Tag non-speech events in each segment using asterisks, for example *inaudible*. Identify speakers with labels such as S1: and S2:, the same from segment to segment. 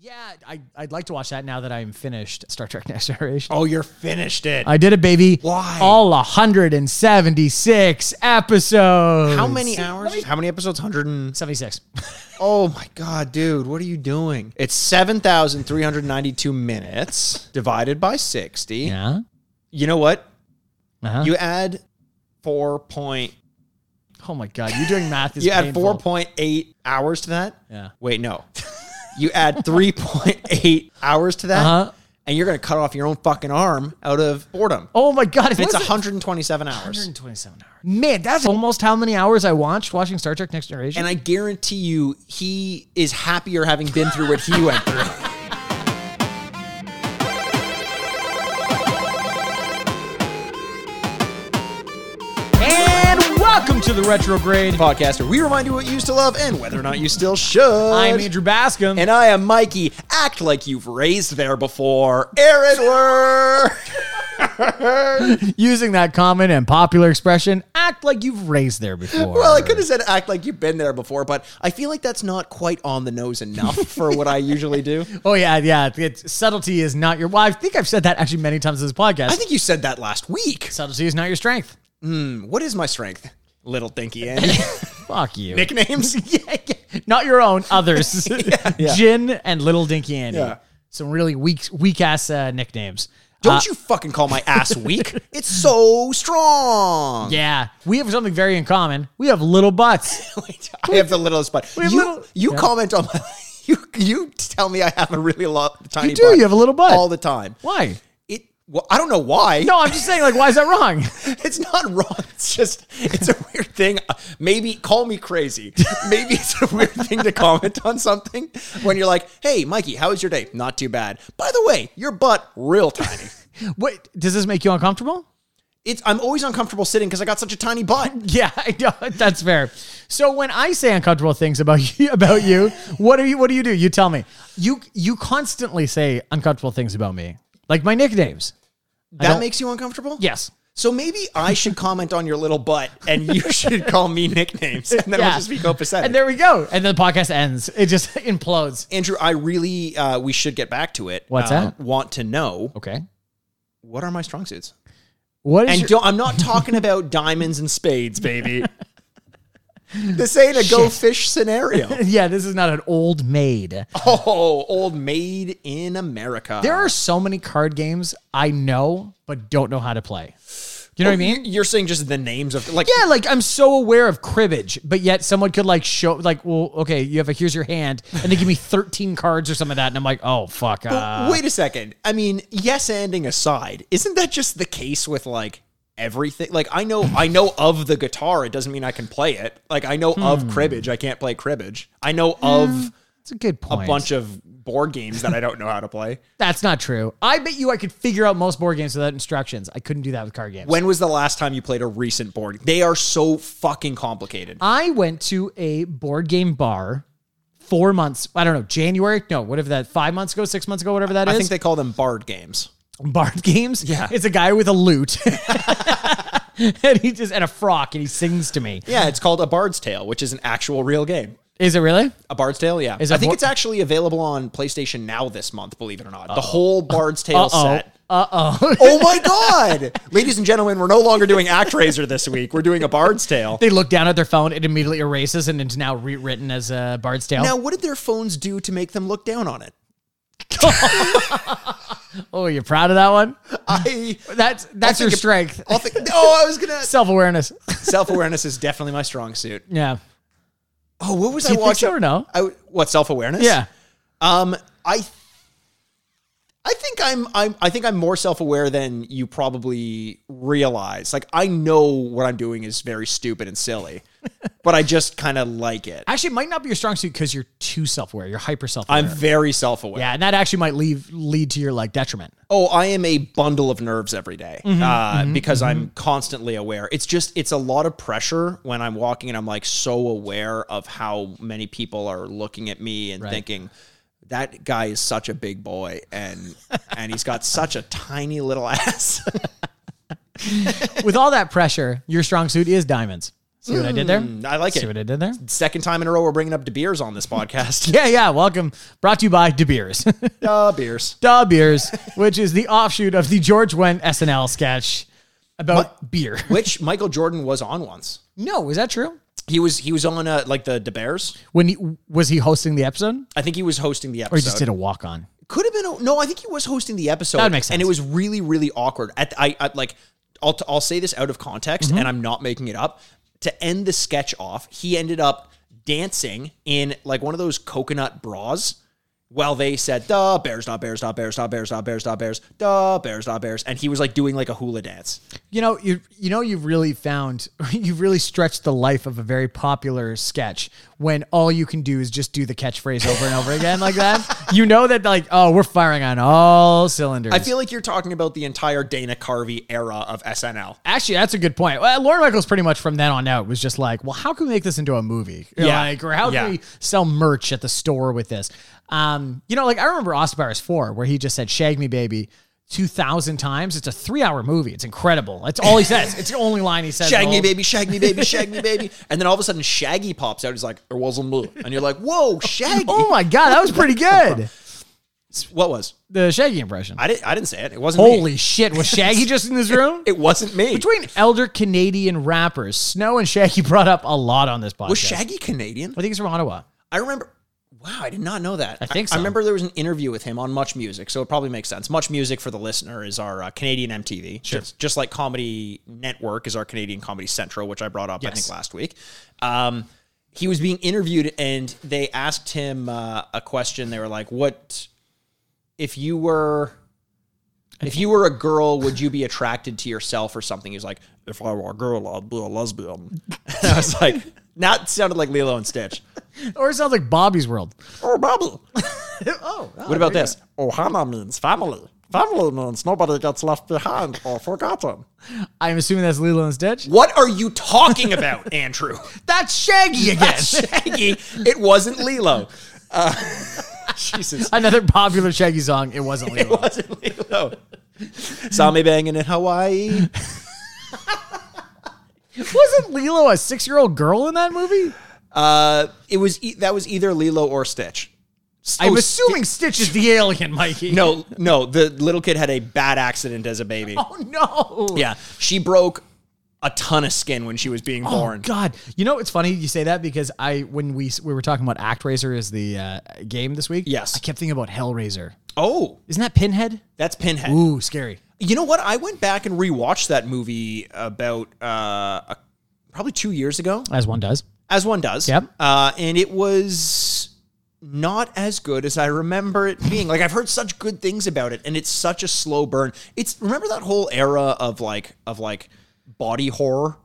S1: Yeah, I, I'd like to watch that now that I'm finished Star Trek Next Generation.
S2: Oh, you're finished it.
S1: I did it, baby.
S2: Why?
S1: All 176 episodes.
S2: How many hours? How many episodes? 100 and
S1: 76.
S2: Oh my god, dude, what are you doing? It's 7,392 minutes divided by
S1: *laughs*
S2: 60.
S1: yeah.
S2: You know what?
S1: Uh-huh.
S2: You add 4 point
S1: oh my God. You're doing math. Is
S2: You add
S1: painful.
S2: 4.8 hours to that?
S1: Yeah.
S2: Wait, no. you add 3.8 hours to that?
S1: Uh-huh.
S2: And you're going to cut off your own fucking arm out of boredom.
S1: Oh my God.
S2: it's
S1: what is it?
S2: 127 hours.
S1: 127 hours. Man, that's almost how many hours I watched watching Star Trek Next Generation.
S2: And I guarantee you, he is happier having been through what he went through.
S1: And welcome to the Retrograde.
S2: Podcaster, we remind you what you used to love and whether or not you still should.
S1: I'm Andrew Bascom.
S2: And I am Mikey. Act like you've raised there before. Aaron Word. *laughs*
S1: using that common and popular expression, act like you've raised there before.
S2: Well, I could have said act like you've been there before, but I feel like that's not quite on the nose *laughs* enough for what I usually do.
S1: Oh yeah, yeah. It's, subtlety is not your. Well, I think I've said that actually many times in this podcast.
S2: I think you said that last week.
S1: subtlety is not your strength.
S2: What is my strength? Little Dinky Andy.
S1: Fuck you.
S2: Nicknames?
S1: *laughs* Yeah, yeah. not your own. *laughs* Others. Jin and Little Dinky Andy.
S2: Yeah.
S1: Some really weak, weak ass uh, nicknames.
S2: *laughs*
S1: Uh,
S2: Don't you fucking call my ass *laughs* weak. It's so strong.
S1: Yeah, we have something very in common. We have little
S2: *laughs*
S1: butts.
S2: Wait, I have the littlest butt.
S1: have
S2: You
S1: little-
S2: you
S1: Yeah.
S2: comment on my *laughs* you you tell me I have a really lo- tiny.
S1: do,
S2: butt
S1: you have a little butt.
S2: all the time.
S1: Why?
S2: It well, I don't know why.
S1: No, I'm just saying. Like, why is that wrong?
S2: *laughs*
S1: *laughs*
S2: it's not wrong. *laughs* It's just it's a weird thing. Uh, Maybe call me crazy. *laughs* Maybe it's a weird thing to comment on something when you're like, "Hey, Mikey, how was your day? Not too bad. By the way, your butt real tiny."
S1: What does this make you uncomfortable?
S2: It's I'm always uncomfortable sitting because I got such a tiny butt.
S1: *laughs* Yeah, I know. that's fair. So when I say uncomfortable things about *laughs* you, about you, what do you what do you do? You tell me. You you constantly say uncomfortable things about me, like my nicknames.
S2: That
S1: don't-
S2: makes you uncomfortable.
S1: Yes.
S2: So maybe *laughs* I should comment on your little butt, and you *laughs* should call me nicknames, and then
S1: Yeah.
S2: we'll just be copacetic.
S1: And there we go. And then the podcast ends. *laughs* It just implodes.
S2: Andrew, I really uh, we should get back to it.
S1: What's
S2: Uh,
S1: that?
S2: Want to know
S1: Okay.
S2: what are my strong suits?
S1: What is
S2: And
S1: your,
S2: don't, I'm not talking about diamonds and spades, baby. *laughs* this ain't a go fish *laughs* scenario.
S1: *laughs* yeah, this is not an old *laughs* maid.
S2: Oh, old made in America.
S1: There are so many card games I know but don't know how to play. You know what I mean?
S2: You're saying just the names of like
S1: Yeah, like I'm so aware of cribbage, but yet someone could like show like, well, okay, you have a here's your hand, and they give me 13 cards or some of that, and I'm like, oh fuck. Uh.
S2: Wait a second. I mean, yes ending aside, isn't that just the case with like everything? Like I know I know of the guitar, it doesn't mean I can play it. Like I know
S1: Hmm.
S2: of cribbage, I can't play cribbage. I know of
S1: That's a good point.
S2: a bunch of board games that I don't know how to play.
S1: That's not true. I bet you I could figure out most board games without instructions. I couldn't do that with card games.
S2: When was the last time you played a recent board? They are so fucking complicated.
S1: I went to a board game bar four months, I don't know, January, no, whatever that, five months ago, six months ago, whatever that is.
S2: I think they call them bard games.
S1: Bard games.
S2: Yeah.
S1: It's a guy with a lute. *laughs* and he just, and a frock, and he sings to me.
S2: Yeah, it's called a bard's tale, which is an actual real game.
S1: Is it really?
S2: A Bard's Tale, yeah.
S1: Is
S2: I
S1: that
S2: think
S1: more-
S2: it's actually available on PlayStation now this month, believe it or not. The whole Bard's Tale set.
S1: Uh oh.
S2: Oh my god! Ladies and gentlemen, we're no longer doing ActRaiser this week. We're doing a Bard's Tale.
S1: They look down at their phone, it immediately erases and it's now rewritten as a Bard's Tale.
S2: Now, what did their phones do to make them look down on it?
S1: oh, you're proud of that one?
S2: I
S1: That's that's your
S2: think it-
S1: strength.
S2: I'll think, Oh, I was gonna
S1: Self awareness.
S2: self awareness is definitely my strong suit.
S1: yeah.
S2: Oh, what was
S1: you
S2: I
S1: think
S2: watching?
S1: so or no?
S2: I, what self awareness?
S1: Yeah.
S2: Um, I I think I'm I'm I think I'm more self-aware than you probably realize. Like I know what I'm doing is very stupid and silly, but I just kind of like it.
S1: Actually, it might not be your strong suit because you're too self aware. You're hyper self aware.
S2: I'm very self-aware.
S1: Yeah, and that actually might leave lead to your like detriment.
S2: Oh, I am a bundle of nerves every day,
S1: Mm-hmm.
S2: uh, because I'm constantly aware. It's just it's a lot of pressure when I'm walking and I'm like so aware of how many people are looking at me and thinking that guy is such a big boy and and he's got such a tiny little *laughs* ass.
S1: With all that pressure, your strong suit is diamonds. See what I did there?
S2: Mm, I like
S1: See what
S2: it.
S1: I did there?
S2: Second time in a row, we're bringing up De Beers on this podcast.
S1: *laughs* Yeah, yeah. Welcome. Brought to you by De Beers. *laughs*
S2: uh, beers.
S1: Duh Beers, which is the offshoot of the George Wendt SNL sketch about beer.
S2: Which Michael Jordan was on once.
S1: *laughs* No, is that true?
S2: He was he was on uh, like the De Beers.
S1: When he, was he hosting the episode, or
S2: I think he was hosting the episode.
S1: Oh, he just did a walk on?
S2: Could have been a, no. I think he was hosting the episode.
S1: That would make sense.
S2: And it was really really awkward. At I, I like I'll I'll say this out of context,
S1: Mm-hmm.
S2: and I'm not making it up. To end the sketch off, he ended up dancing in like one of those coconut bras. While they said "duh bears, duh bears, duh bears, duh bears, duh bears, duh bears, duh bears, duh bears," and he was like doing like a hula dance.
S1: You know, you you know, you've really found *laughs* you've really stretched the life of a very popular sketch when all you can do is just do the catchphrase over and over again like *laughs* that. You know that like oh, we're firing on all cylinders.
S2: I feel like you're talking about the entire Dana Carvey era of SNL.
S1: Actually, that's a good point. Well, Lauren Michaels pretty much from then on out was just like, well, how can we make this into a movie? You know,
S2: Yeah.
S1: Like, or how can
S2: Yeah.
S1: we sell merch at the store with this? Um, you know, like I remember Osbar's 4, where he just said, shag me, baby. 2000 times it's a three hour movie it's incredible that's all he says it's the only line he says
S2: Shag
S1: the
S2: me,
S1: whole-
S2: baby, shag me, baby, shag
S1: *laughs*
S2: me, baby. And then all of a sudden, Shaggy pops out. He's like, "It wasn't me," and you're like, "Whoa, Shaggy!
S1: *laughs* oh my god that was pretty
S2: *laughs*
S1: good
S2: What was?
S1: the shaggy impression
S2: I didn't. I didn't say it. It wasn't me.
S1: holy shit was shaggy just in this
S2: *laughs*
S1: room
S2: It wasn't me.
S1: between elder canadian rappers snow and shaggy brought up a lot on this podcast
S2: was Shaggy Canadian?
S1: i think he's from ottawa
S2: I remember. Wow, I did not know that. I
S1: think so.
S2: I, remember there was an interview with him on Much Music, so it probably makes sense. Much Music for the listener is our uh, Canadian MTV, just, just like Comedy Network is our Canadian Comedy Central, which I brought up I
S1: Yes.
S2: think last week. Um, he was being interviewed, and they asked him uh, a question. They were like, "What if you were?" If you were a girl, would you be attracted to yourself or something? He's like, if I were a girl, I'd be a lesbian. *laughs* And I was like, that sounded like Lilo and Stitch.
S1: or it sounds like bobby's world
S2: Oh, *laughs* bubble.
S1: oh
S2: What about this? Ohana means family. Family means nobody gets left behind or forgotten.
S1: I'm assuming that's Lilo and Stitch.
S2: What are you talking about, *laughs* Andrew?
S1: That's Shaggy again.
S2: Shaggy, it wasn't *laughs* Lilo. Uh, Jesus,
S1: *laughs* Another popular Shaggy song. It wasn't Lilo.
S2: *laughs* it *laughs* wasn't Lilo. Saw me banging in Hawaii.
S1: Wasn't Lilo a six-year-old girl in that movie?
S2: Uh, it was e- that was either Lilo or Stitch.
S1: I'm
S2: Oh,
S1: assuming Stitch is the alien, Mikey.
S2: No, no, the little kid had a bad accident as a baby.
S1: *laughs* Oh no.
S2: Yeah, she broke a ton of skin when she was being born.
S1: Oh, God, you know it's funny you say that because I when we we were talking about ActRaiser as the uh, game this week.
S2: Yes.
S1: I kept thinking about Hellraiser.
S2: Oh,
S1: Isn't that Pinhead?
S2: that's Pinhead.
S1: Ooh, scary.
S2: You know what? I went back and rewatched that movie about uh, a- probably two years ago,
S1: As one does.
S2: as one does.
S1: Yep.
S2: Uh, and it was not as good as I remember it being. Like I've heard such good things about it, and it's such a slow burn. It's remember that whole era of like of like body horror,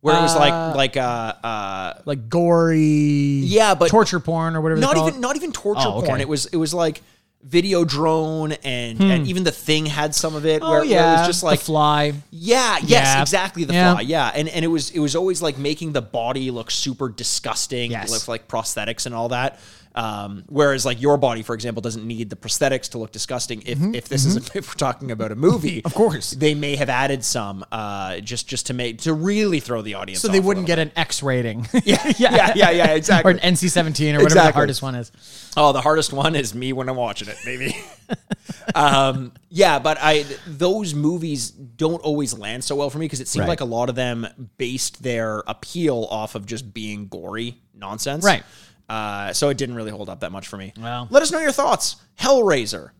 S2: where it was like like uh, uh,
S1: Like gory. Yeah,
S2: but-
S1: torture porn or whatever. they
S2: not
S1: call
S2: even
S1: It.
S2: not even torture
S1: Oh, okay.
S2: porn. It was it was like. Video drone and and even the thing had some of it
S1: Hmm. Oh
S2: where,
S1: yeah,
S2: where it was just like
S1: the fly.
S2: Yeah, yes,
S1: Yeah.
S2: exactly the
S1: Yeah.
S2: fly. Yeah. And and it was it was always like making the body look super disgusting
S1: Yes.
S2: with like prosthetics and all that. Um, whereas like your body, for example, doesn't need the prosthetics to look disgusting. If if this isn't if we're talking about a movie, of
S1: Mm-hmm. course.
S2: they may have added some uh, just just to make to really throw the audience.
S1: So they
S2: off a
S1: wouldn't
S2: little
S1: get an X rating. *laughs*
S2: bit. yeah, yeah, yeah,
S1: or
S2: exactly.
S1: an NC seventeen or whatever the
S2: Exactly.
S1: hardest one is.
S2: Oh, the hardest one is me when I'm watching it, maybe. *laughs* um, yeah, but I those movies don't always land so well for me because it seemed
S1: Right.
S2: like a lot of them based their appeal off of just being gory nonsense.
S1: Right.
S2: Uh, so it didn't really hold up that much for me.
S1: Well.
S2: Let us know your thoughts. Hellraiser,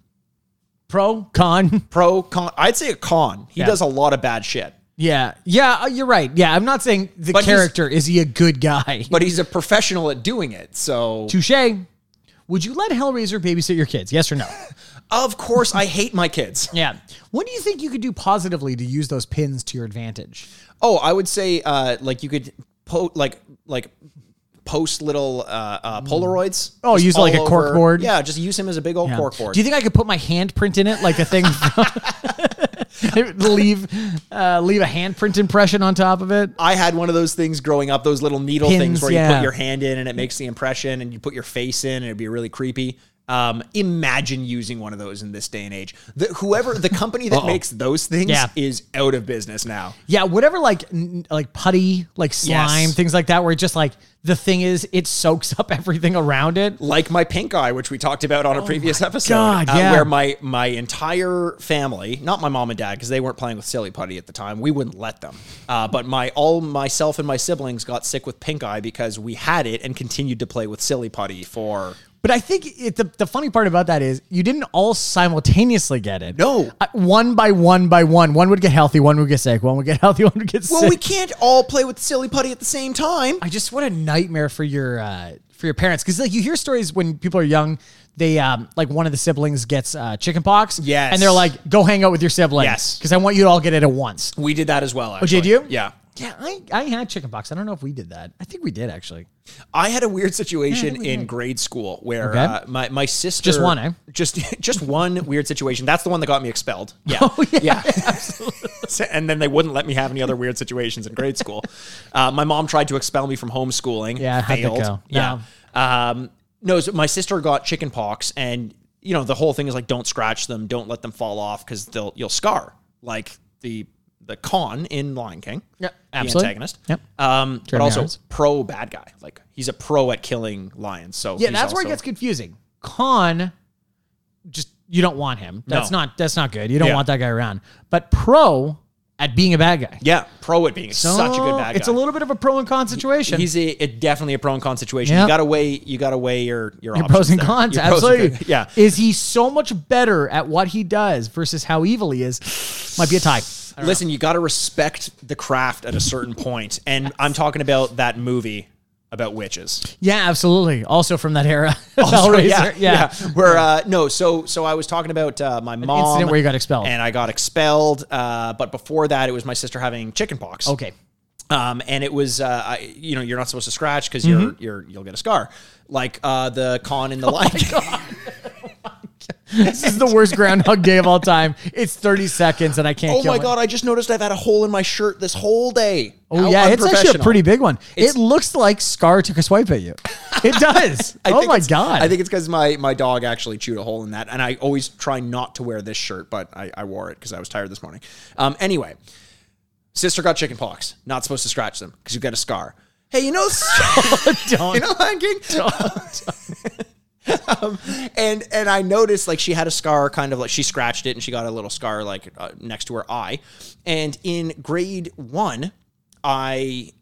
S1: Pro con.
S2: pro con. I'd say a con. He
S1: Yeah.
S2: does a lot of bad shit,
S1: Yeah, yeah, uh, you're right. Yeah, I'm not saying the
S2: But he's-
S1: character is he a good guy.
S2: but he's a professional at doing it. So
S1: Touche. Would you let Hellraiser babysit your kids? Yes or
S2: *laughs*
S1: no?
S2: of course, I hate my kids. *laughs*
S1: yeah. What do you think you could do positively to use those pins to your advantage?
S2: Oh, I would say uh, like you could po- like like post little uh, uh, Polaroids.
S1: Oh,
S2: Just
S1: use
S2: all
S1: like a cork
S2: over-
S1: board?
S2: Yeah, just use him as a big old
S1: Yeah.
S2: cork board.
S1: Do you think I could put my handprint in it, like a thing? *laughs* leave, uh, leave a handprint impression on top of it.
S2: I had one of those things growing up, those little needle
S1: Pins,
S2: things where you
S1: yeah.
S2: put your hand in and it makes the impression, and you put your face in and it'd be really creepy. Um, imagine using one of those in this day and age. The, whoever the company that makes those things
S1: Yeah.
S2: is out of business now.
S1: Yeah, whatever like n- like putty, like slime,
S2: Yes.
S1: things like that, where it just like the thing is it soaks up everything around it.
S2: like my pink eye, which we talked about on a previous episode,
S1: God,
S2: uh,
S1: yeah.
S2: where my my entire family, not my mom and dad, because they weren't playing with silly putty at the time, we wouldn't let them. Uh, but my all myself and my siblings got sick with pink eye because we had it and continued to play with silly putty for.
S1: But I think it, the, the funny part about that is you didn't all simultaneously get it.
S2: No.
S1: Uh, one by one by one. One would get healthy, one would get sick, one would get *laughs* healthy, one would get
S2: Well,
S1: sick.
S2: we can't all play with silly putty at the same time.
S1: I just what a nightmare for your uh, for your parents because like you hear stories when people are young, they um, like one of the siblings gets uh, chickenpox.
S2: Yes.
S1: and they're like, go hang out with your sibling.
S2: Yes.
S1: because I want you to all get it at once.
S2: We Oh, did that as well. Actually.
S1: did you?
S2: Yeah.
S1: Yeah, I, I had chickenpox. I don't know if we did that. I think we did actually.
S2: I had a weird situation in grade school where
S1: Okay.
S2: uh, my my sister
S1: Just one, eh?
S2: just *laughs* just one weird situation. That's the one that got me expelled. Yeah,
S1: *laughs* Oh, yeah, *laughs*
S2: absolutely. and then they wouldn't let me have any other weird situations in grade school. Uh, my mom tried to expel me from homeschooling.
S1: Yeah, how'd that
S2: failed.
S1: go?
S2: Yeah. Um, no, so my sister got chicken pox, and you know the whole thing is like, don't scratch them, don't let them fall off because they'll you'll scar like the the con in Lion King.
S1: Yeah,
S2: the
S1: absolutely.
S2: antagonist.
S1: Yep.
S2: Um, but
S1: Jeremy
S2: also
S1: Irons.
S2: pro bad guy. Like he's a pro at killing lions. So
S1: Yeah,
S2: he's
S1: that's where it
S2: also-
S1: gets confusing. Con, just you don't want him. That's
S2: No.
S1: not that's not good. You don't
S2: Yeah.
S1: want that guy around. But pro at being a bad guy.
S2: yeah pro at being such a good
S1: So,
S2: bad guy.
S1: It's a little bit of a pro and con situation.
S2: He's a, a- definitely a pro and con situation.
S1: Yeah.
S2: You gotta weigh. You gotta weigh your your,
S1: Your *laughs* pros
S2: options
S1: and
S2: there.
S1: cons,
S2: Your pros and
S1: absolutely.
S2: cons. Yeah.
S1: Is he so much better at what he does versus how evil he is? *sighs* Might be a tie.
S2: Listen, you gotta respect the craft at a certain point, and I'm talking about that movie about witches.
S1: Yeah, absolutely. Also from that era, *laughs*
S2: Also,
S1: Hellraiser.
S2: yeah,
S1: Oh, yeah.
S2: Where uh, no, so so I was talking about uh, my mom
S1: incident where you got expelled.
S2: and I got expelled. Uh, but before that, it was my sister having chickenpox.
S1: Okay. *laughs*
S2: um, and it was uh, I, you know you're not supposed to scratch because
S1: Mm-hmm.
S2: you're you're you'll get a scar like uh, the
S1: *laughs*
S2: con
S1: Oh
S2: in the lion King.
S1: This is the worst Groundhog Day of all time. It's 30 seconds and I can't
S2: oh
S1: kill
S2: my
S1: it.
S2: god i just noticed i've had a hole in my shirt this whole day
S1: Oh
S2: How
S1: yeah, it's actually a
S2: unprofessional.
S1: pretty big one.
S2: It's-
S1: it looks like Scar took a swipe at you. It *laughs* does.
S2: I
S1: oh
S2: think
S1: my
S2: it's-
S1: god.
S2: i think it's because my my dog actually chewed a hole in that and i always try not to wear this shirt but i, I wore it because i was tired this morning um anyway sister got chicken pox not supposed to scratch them because you get a scar hey
S1: *laughs*
S2: you know
S1: *laughs*
S2: *laughs*
S1: Don't.
S2: you know Lion
S1: *laughs*
S2: King? *laughs* um, and and I noticed like she had a scar, kind of like she scratched it, and she got a little scar like uh, next to her eye. And in grade one, I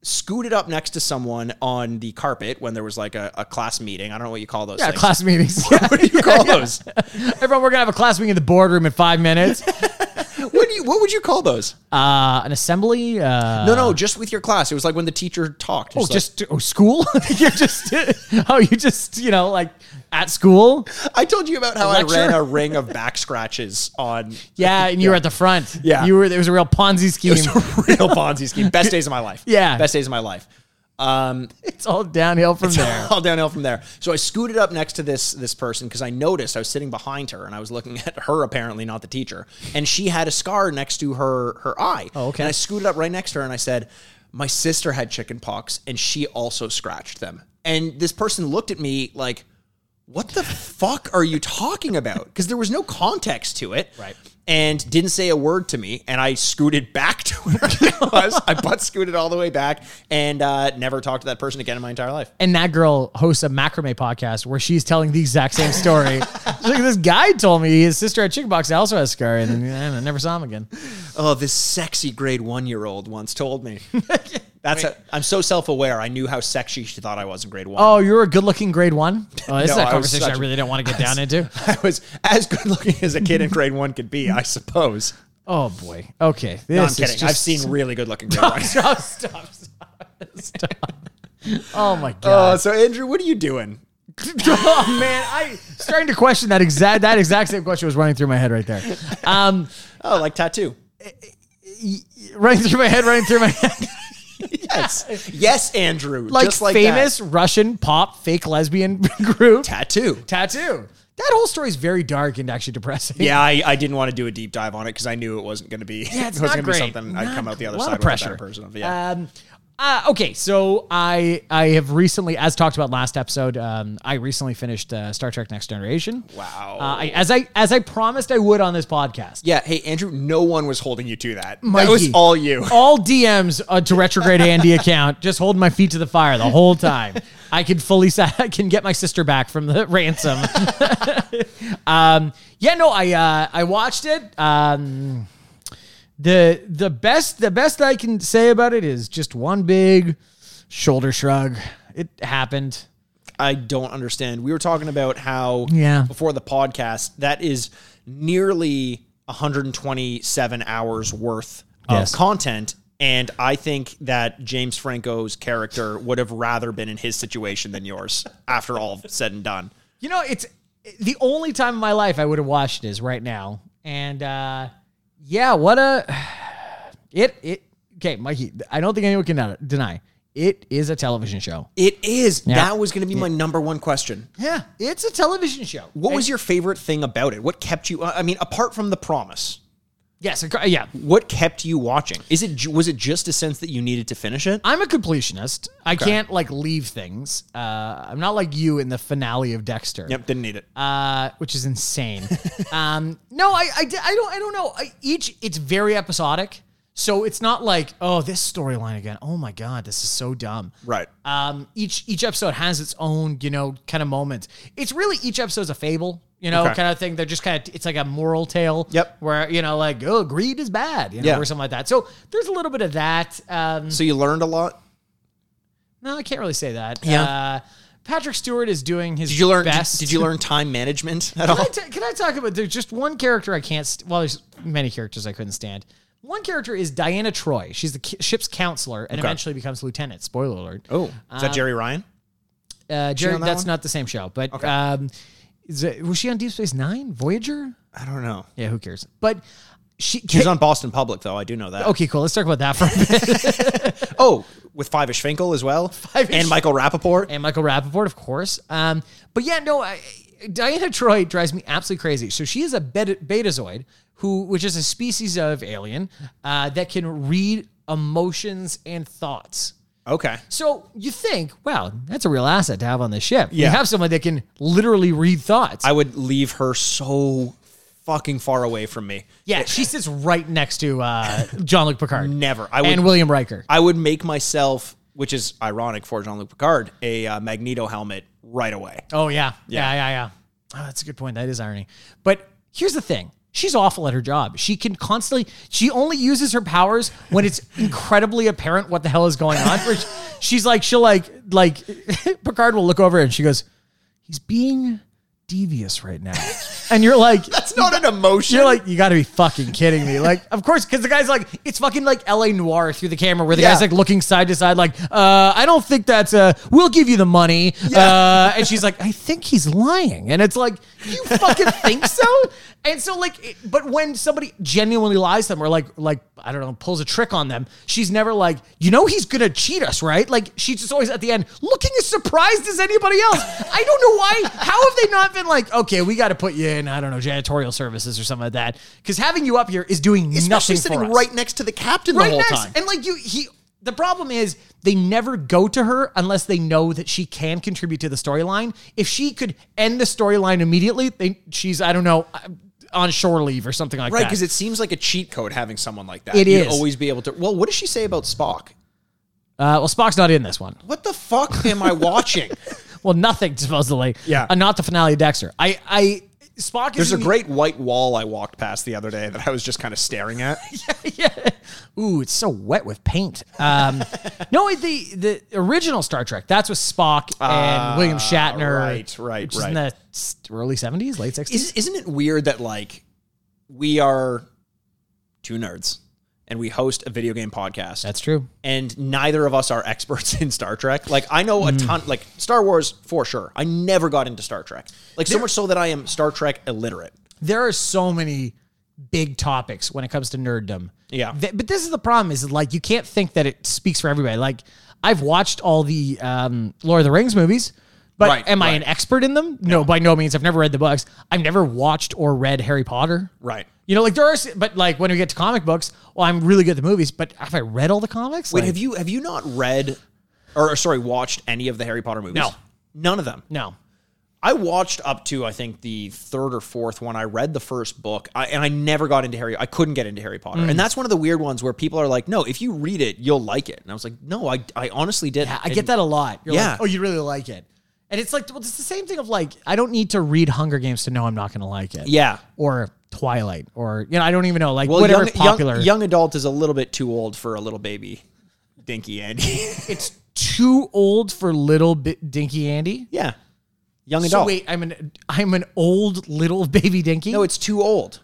S2: scooted up next to someone on the carpet when there was like a, a class meeting. I don't know what you call those.
S1: yeah,
S2: things.
S1: class meetings. *laughs* Yeah,
S2: *laughs* What do you call those?
S1: Everyone, we're gonna have a class meeting in the boardroom in five *laughs* minutes.
S2: What do you? What would you call those?
S1: Uh, an assembly. Uh,
S2: no, no, just with your class. It was like when the teacher talked.
S1: oh, just oh, school. *laughs* You're just oh, you just you know like at school.
S2: I told you about how I
S1: Lecture?
S2: ran a ring of back scratches on
S1: Yeah, and you were at the front.
S2: Yeah.
S1: you were. There was a real Ponzi scheme.
S2: It was a *laughs* real Ponzi scheme. Best days of my life.
S1: *laughs* Yeah.
S2: Best days of my life. Um,
S1: *laughs* it's all downhill from there.
S2: all downhill from there. So I scooted up next to this this person because I noticed I was sitting behind her and I was looking *laughs* at her apparently, not the teacher. And she had a scar next to her her eye.
S1: Oh, okay.
S2: And I scooted up right next to her and I said, "My sister had chicken pox and she also scratched them." And this person looked at me like, "What the fuck are you talking about?" Because there was no context to it.
S1: Right.
S2: And didn't say a word to me, and I scooted back *laughs* to where I was. I butt scooted all the way back, and uh, never talked to that person again in my entire life.
S1: and that girl hosts a macrame podcast where she's telling the exact same
S2: *laughs*
S1: story. She's like, this guy told me his sister at Chickenpox also has scar, and, then I never saw him again.
S2: Oh, this sexy grade one year old once told me. *laughs* That's a, I'm so self aware. I knew how sexy she thought I was in grade one.
S1: Oh, you're a good-looking grade one. Oh, this
S2: No,
S1: is a
S2: I was
S1: conversation I
S2: such a-
S1: really don't want to get down into.
S2: *laughs* *laughs* I was as good looking as a kid in grade one could be, I *laughs* suppose.
S1: Oh boy. Okay. This
S2: No, I'm
S1: is
S2: kidding. I've
S1: just- *laughs*
S2: seen really good looking *laughs* grade one.
S1: Stop. Stop. Stop. stop. Oh my
S2: *laughs* Uh,
S1: god. *laughs*
S2: so Andrew, what are you doing?
S1: oh man, I starting to question that exact that exact same question was running through my head right there. Um,
S2: Oh, like tattoo.
S1: running through my head, running through my head.
S2: *laughs* Yes, yes, Andrew.
S1: Like,
S2: just like that.
S1: famous Russian pop fake lesbian *laughs* group.
S2: tattoo.
S1: tattoo. That whole story is very dark and actually depressing.
S2: Yeah, I, I didn't want to do a deep dive on it because I knew it wasn't going to be.
S1: Yeah, *laughs* it's
S2: *laughs* it wasn't
S1: not
S2: gonna
S1: great.
S2: be something I'd
S1: Not
S2: come out the other
S1: a lot
S2: side
S1: of pressure.
S2: with a better person. Of. Yeah,
S1: Um, Uh, okay, so I I have recently, as talked about last episode, um, I recently finished uh, Star Trek: Next Generation.
S2: Wow.
S1: Uh, I, as I as I promised I would on this podcast.
S2: Yeah. Hey, Andrew, no one was holding you to that.
S1: Mikey.
S2: That was all *laughs* you.
S1: All DMs uh, to retrograde Andy account, just holding my feet to the fire the whole time. I can fully, sa- *laughs* I can get my sister back from the *laughs* ransom. um, yeah, no, I uh, I watched it. Um, the the best the best I can say about it is just one big shoulder shrug. It happened.
S2: I don't understand. We were talking about how
S1: Yeah.
S2: before the podcast that is nearly 127 hours worth of
S1: Yes.
S2: content and I think that James Franco's character would have rather been in his situation than yours after all said and done.
S1: You know, it's the only time in my life I would have watched is right now. And uh yeah, what a *sighs* it it okay, Mikey, I don't think anyone can deny- deny. It is a television show.
S2: It is. That was going to be my number one question.
S1: Yeah, it's a television show.
S2: What was your favorite thing about it? What kept you I mean apart from the promise?
S1: Yes, a- yeah.
S2: What kept you watching? Is it ju- was it just a sense that you needed to finish it?
S1: I'm a completionist. I can't like leave things. Uh I'm not like you in the finale of Dexter.
S2: Yep, didn't need it.
S1: uh, which is insane. *laughs* um, no, I, I, di- I don't, I don't know. I, each, it's very episodic, so it's not like, oh, this storyline again. Oh my god, this is so dumb.
S2: Right.
S1: Um, each each episode has its own, you know, kind of moment. It's really each episode's a fable, you know,
S2: Okay.
S1: kind of thing. They're just kind of, it's like a moral tale.
S2: Yep.
S1: Where you know, like, oh, greed is bad, you know,
S2: Yeah.
S1: or something like that. So there's a little bit of that. Um,
S2: So you learned a lot?
S1: no, I can't really say that.
S2: Yeah.
S1: Uh, Patrick Stewart is doing his.
S2: Did you learn? did-
S1: Best.
S2: Did, you learn time management at
S1: Can
S2: all?
S1: I, ta- can I talk about there's just one character I can't st- well there's many characters I couldn't stand. One character is Diana Troy. She's the ki- ship's counselor and eventually becomes lieutenant. Spoiler alert.
S2: Oh, is
S1: Um,
S2: that Jerry Ryan?
S1: uh, Jerry,
S2: on that
S1: that's
S2: one?
S1: not the same show, but um, is it- was she on Deep Space Nine? Voyager?
S2: I don't know.
S1: Yeah, who cares? But she.
S2: She was on Boston Public, though. I do know that.
S1: okay, cool. Let's talk about that for a bit.
S2: Oh, with Five Ish Finkel as well,
S1: Five-ish-
S2: and Michael Rappaport.
S1: and Michael Rappaport, of course. Um, but yeah, no, I, Diana Troy drives me absolutely crazy. So she is a beta, betazoid, who, which is a species of alien uh, that can read emotions and thoughts.
S2: okay,
S1: So you think, wow, that's a real asset to have on the ship. You
S2: Yeah.
S1: have someone that can literally read thoughts.
S2: I would leave her so fucking far away from me.
S1: yeah, she sits right next to
S2: *laughs*
S1: uh, John Luc Picard
S2: Never. I would.
S1: and William Riker.
S2: I would make myself, which is ironic for Jean-Luc Picard, a uh, Magneto helmet right away.
S1: Oh yeah. Yeah, yeah, yeah. Oh, that's a good point. That is irony. But here's the thing. She's awful at her job. She can constantly she only uses her powers when it's incredibly apparent what the hell is going on. Where she- she's like she'll like like *laughs* Picard will look over and she goes, "He's being devious right now." And you're like
S2: That's not an emotion.
S1: you're like, you gotta be fucking kidding me. Like, of course, because the guy's like, it's fucking like LA Noir through the camera where the
S2: Yeah.
S1: guy's like looking side to side, like, uh, I don't think that's, uh, we'll give you the money. Uh, and she's like, I think he's lying. And it's like, you fucking think so? And so, like, it, but when somebody genuinely lies to them or like, like, I don't know, pulls a trick on them, she's never like, you know, he's gonna cheat us, right? Like, she's just always at the end looking as surprised as anybody else. I don't know why. How have they not been like, okay, we got to put you in, I don't know, janitorial services or something like that? Because having you up here is doing
S2: especially
S1: nothing
S2: sitting
S1: for us.
S2: right next to the captain the
S1: Right
S2: whole
S1: next-
S2: time.
S1: And like you, he. The problem is they never go to her unless they know that she can contribute to the storyline. If she could end the storyline immediately, they, she's I don't know uh, on shore leave or something like
S2: Right,
S1: that.
S2: because it seems like a cheat code having someone like that.
S1: It
S2: You'd
S1: is.
S2: always be able to. Well, what does she say about Spock?
S1: uh, well, Spock's not in this one.
S2: What the fuck am I watching?
S1: Well, nothing supposedly.
S2: Yeah.
S1: uh, not the finale of Dexter. I, I Spock.
S2: *laughs* There's
S1: is
S2: a
S1: in the-
S2: great white wall I walked past the other day that I was just kind of staring *laughs* at.
S1: *laughs* yeah. Ooh, it's so wet with paint.
S2: *laughs*
S1: Um, no, the the original Star Trek. That's with Spock and William Shatner.
S2: Ah, right, right,
S1: which is in
S2: right.
S1: the s- early seventies, late sixties.
S2: Is, isn't it weird that like we are two nerds and we host a video game podcast?
S1: That's true.
S2: and neither of us are experts *laughs* in Star Trek. Like I know a ton, like Star Wars for sure. I never got into Star Trek, like so much so that I am Star Trek illiterate.
S1: There are so many big topics when it comes to nerddom.
S2: Yeah.
S1: Th- but this is the problem: is like you can't think that it speaks for everybody. Like I've watched all the um, Lord of the Rings movies. But
S2: Right,
S1: am I
S2: right.
S1: an expert in them? No, by no means. I've never read the books. I've never watched or read Harry Potter.
S2: Right.
S1: You know, like there are, s- but like when we get to comic books, well, I'm really good at the movies, but have I read all the comics?
S2: Wait,
S1: Like,
S2: have you have you not read or sorry, watched any of the Harry Potter movies?
S1: No.
S2: None of them.
S1: No.
S2: I watched up to I think the third or fourth one. I read the first book, I, and I never got into Harry. I couldn't get into Harry Potter,
S1: Mm.
S2: and that's one of the weird ones where people are like, "No, if you read it, you'll like it." And I was like, "No, I, I honestly didn't."
S1: I get that a lot. You're
S2: Yeah.
S1: like, oh, you really like it. And it's like, well, it's the same thing of like, I don't need to read Hunger Games to know I'm not going to like it.
S2: Yeah.
S1: Or Twilight, or, you know, I don't even know, like,
S2: Well,
S1: whatever
S2: young,
S1: is popular.
S2: Young, young adult is a little bit too old for a little baby, Dinky Andy. *laughs*
S1: It's too old for little bit Dinky Andy.
S2: yeah, young
S1: So
S2: adult.
S1: wait, I'm an I'm an old little *laughs* baby Dinky.
S2: no, it's too old.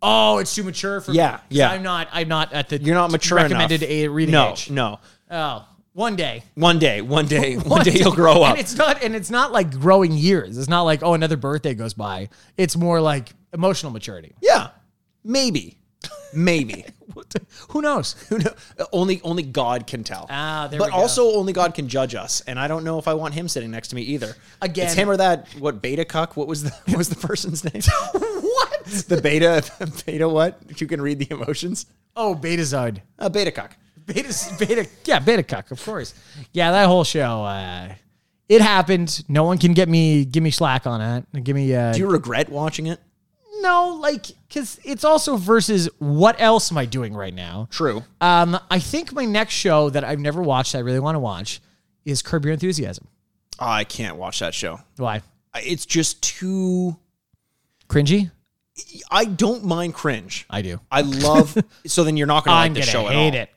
S1: oh, it's too mature for me.
S2: Yeah,
S1: 'Cause
S2: yeah.
S1: I'm not. I'm not at the.
S2: You're not mature
S1: recommended
S2: enough.
S1: a reading
S2: no,
S1: age.
S2: no.
S1: Oh, one day.
S2: One day,
S1: *laughs*
S2: one day, one day you'll grow up.
S1: And it's not. And it's not like growing years. It's not like oh another birthday goes by. It's more like emotional maturity.
S2: Yeah, maybe,
S1: *laughs*
S2: maybe.
S1: Who knows?
S2: *laughs* Who know? Only only God can tell.
S1: Ah, there
S2: but
S1: we go.
S2: also only God can judge us, and I don't know if I want him sitting next to me either.
S1: Again.
S2: it's him or that what beta cuck? What was the what was the
S1: *laughs*
S2: person's name?
S1: what?
S2: the beta *laughs* beta what? You can read the emotions.
S1: Oh, Betazoid.
S2: Uh, beta cuck.
S1: Beta, beta, yeah, beta cuck, of course. Yeah, that whole show, uh, it happened. No one can get me, give me slack on it. Give me, uh,
S2: Do you regret watching it?
S1: no, like, because it's also versus what else am I doing right now?
S2: True.
S1: Um, I think my next show that I've never watched, I really want to watch, is Curb Your Enthusiasm.
S2: I can't watch that show.
S1: Why?
S2: I- It's just too.
S1: Cringy?
S2: I don't mind cringe.
S1: I do.
S2: I
S1: *laughs*
S2: love. so then you're not going to like
S1: I'm
S2: the
S1: gonna
S2: show at all.
S1: hate it.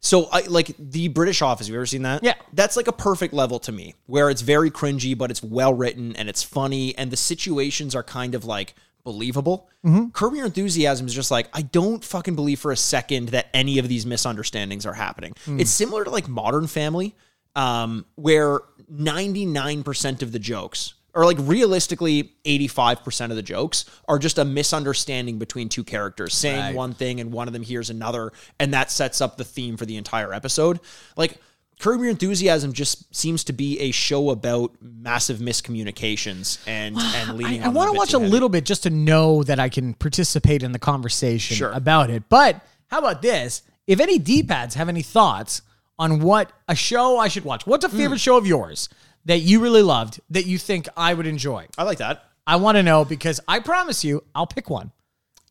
S2: So I like the British Office. Have you ever seen that?
S1: Yeah.
S2: That's like a perfect level to me, where it's very cringy, but it's well written and it's funny, and the situations are kind of like believable. Curb Your Enthusiasm is just like I don't fucking believe for a second that any of these misunderstandings are happening. It's similar to like Modern Family, um, where ninety nine percent of the jokes. Or like realistically, eighty-five percent of the jokes are just a misunderstanding between two characters saying one thing and one of them hears another, and that sets up the theme for the entire episode. Like Curb Your Enthusiasm just seems to be a show about massive miscommunications
S1: *sighs*
S2: and and leading.
S1: I
S2: on
S1: want to
S2: bit
S1: watch
S2: too
S1: a
S2: heavy.
S1: little bit just to know that I can participate in the conversation
S2: Sure.
S1: about it. But how about this? If any D pads have any thoughts on what a show I should watch,
S2: Hmm.
S1: what's a favorite show of yours that you really loved that you think I would enjoy?
S2: I like that.
S1: I want to know because I promise you I'll pick one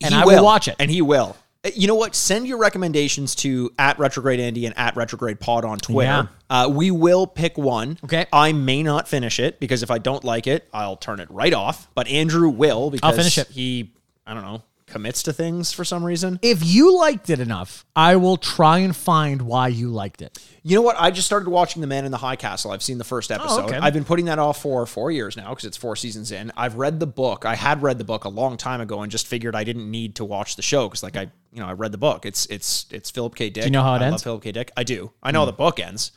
S1: and
S2: He
S1: I will watch it.
S2: and he will. Uh, You know what? Send your recommendations to at retrograde Andy and at retrograde pod on Twitter. Uh, we will pick one.
S1: Okay.
S2: I may not finish it because if I don't like it, I'll turn it right off. But Andrew will because
S1: finish it.
S2: He, I don't know, commits to things for some reason.
S1: if you liked it enough, I will try and find why you liked it.
S2: You know what? I just started watching The Man in the High Castle. I've seen the first episode.
S1: Oh, okay.
S2: I've been putting that off for four years now because it's four seasons in. I've read the book. I had read the book a long time ago and just figured I didn't need to watch the show because, like, I you know I read the book. It's it's it's Philip K. Dick. Do
S1: you know how it
S2: I
S1: ends? Hmm.
S2: Love Philip K. Dick. I do. I know how the book ends.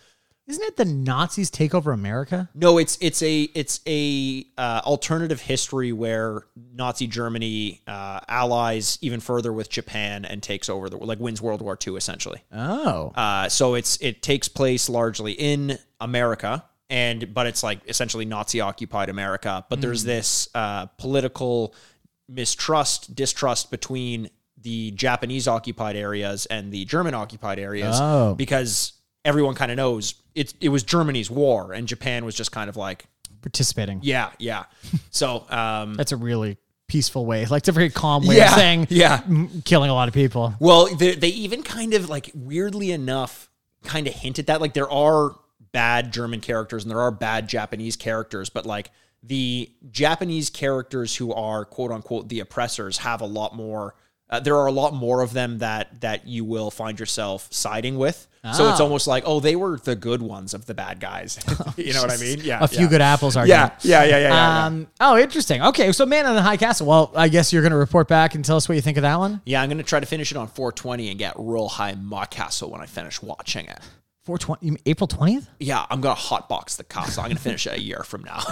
S1: Isn't it the Nazis take over America?
S2: No, it's it's a it's a uh, alternative history where Nazi Germany uh, allies even further with Japan and takes over the like wins World War II essentially.
S1: Oh.
S2: Uh, so it's it takes place largely in America, and but it's like essentially Nazi occupied America. But there's
S1: Hmm.
S2: this uh, political mistrust, distrust between the Japanese occupied areas and the German occupied areas
S1: Oh.
S2: because everyone kind of knows it. It was Germany's war, and Japan was just kind of like,
S1: Participating.
S2: yeah,
S1: *laughs*
S2: yeah. so um,
S1: That's a really peaceful way. *laughs* Like it's a very calm way of
S2: Yeah,
S1: saying
S2: yeah.
S1: m- killing a lot of people.
S2: Well, they, they even kind of like weirdly enough kind of hint at that. Like there are bad German characters and there are bad Japanese characters, but like the Japanese characters who are quote unquote the oppressors have a lot more. Uh, there are a lot more of them that that you will find yourself siding with. So it's
S1: Ah.
S2: almost like, oh, they were the good ones of the bad guys. *laughs* you know
S1: *laughs*
S2: what I mean? Yeah.
S1: a few
S2: yeah.
S1: good apples are
S2: Yeah, yeah, yeah, yeah, yeah, yeah.
S1: Um, oh, interesting. Okay, so Man in the High Castle. Well, I guess you're going to report back and tell us what you think of that one.
S2: Yeah, I'm gonna try to finish it on 420 and get real high mock castle when I finish watching it.
S1: 420, April 20th?
S2: yeah, I'm gonna hotbox the castle. I'm gonna finish it a year from now. *laughs*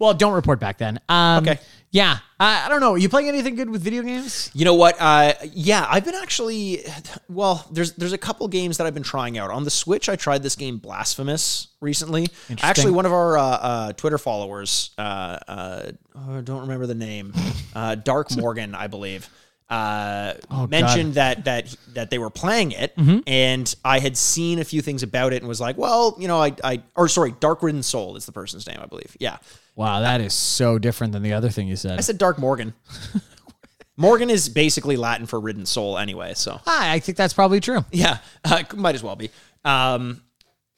S1: Well, don't report back then. Um,
S2: Okay.
S1: Yeah, I, I don't know. You playing anything good with video games?
S2: you know what? Uh, yeah, I've been actually well. There's there's a couple games that I've been trying out on the Switch. I tried this game Blasphemous recently. Actually, one of our uh, uh, Twitter followers, uh, uh, uh, don't remember the name. Uh, Dark Morgan, I believe. Uh,
S1: God.
S2: mentioned that that that they were playing it, and I had seen a few things about it, and was like, "Well, you know, I, I or sorry, Dark Ridden Soul is the person's name, I believe." Yeah,
S1: Wow, that is so different than the other thing you said.
S2: I said Dark Morgan. *laughs* Morgan is basically Latin for ridden soul, anyway. So *laughs*
S1: Hi, I think that's probably true.
S2: yeah, uh, might as well be. Um,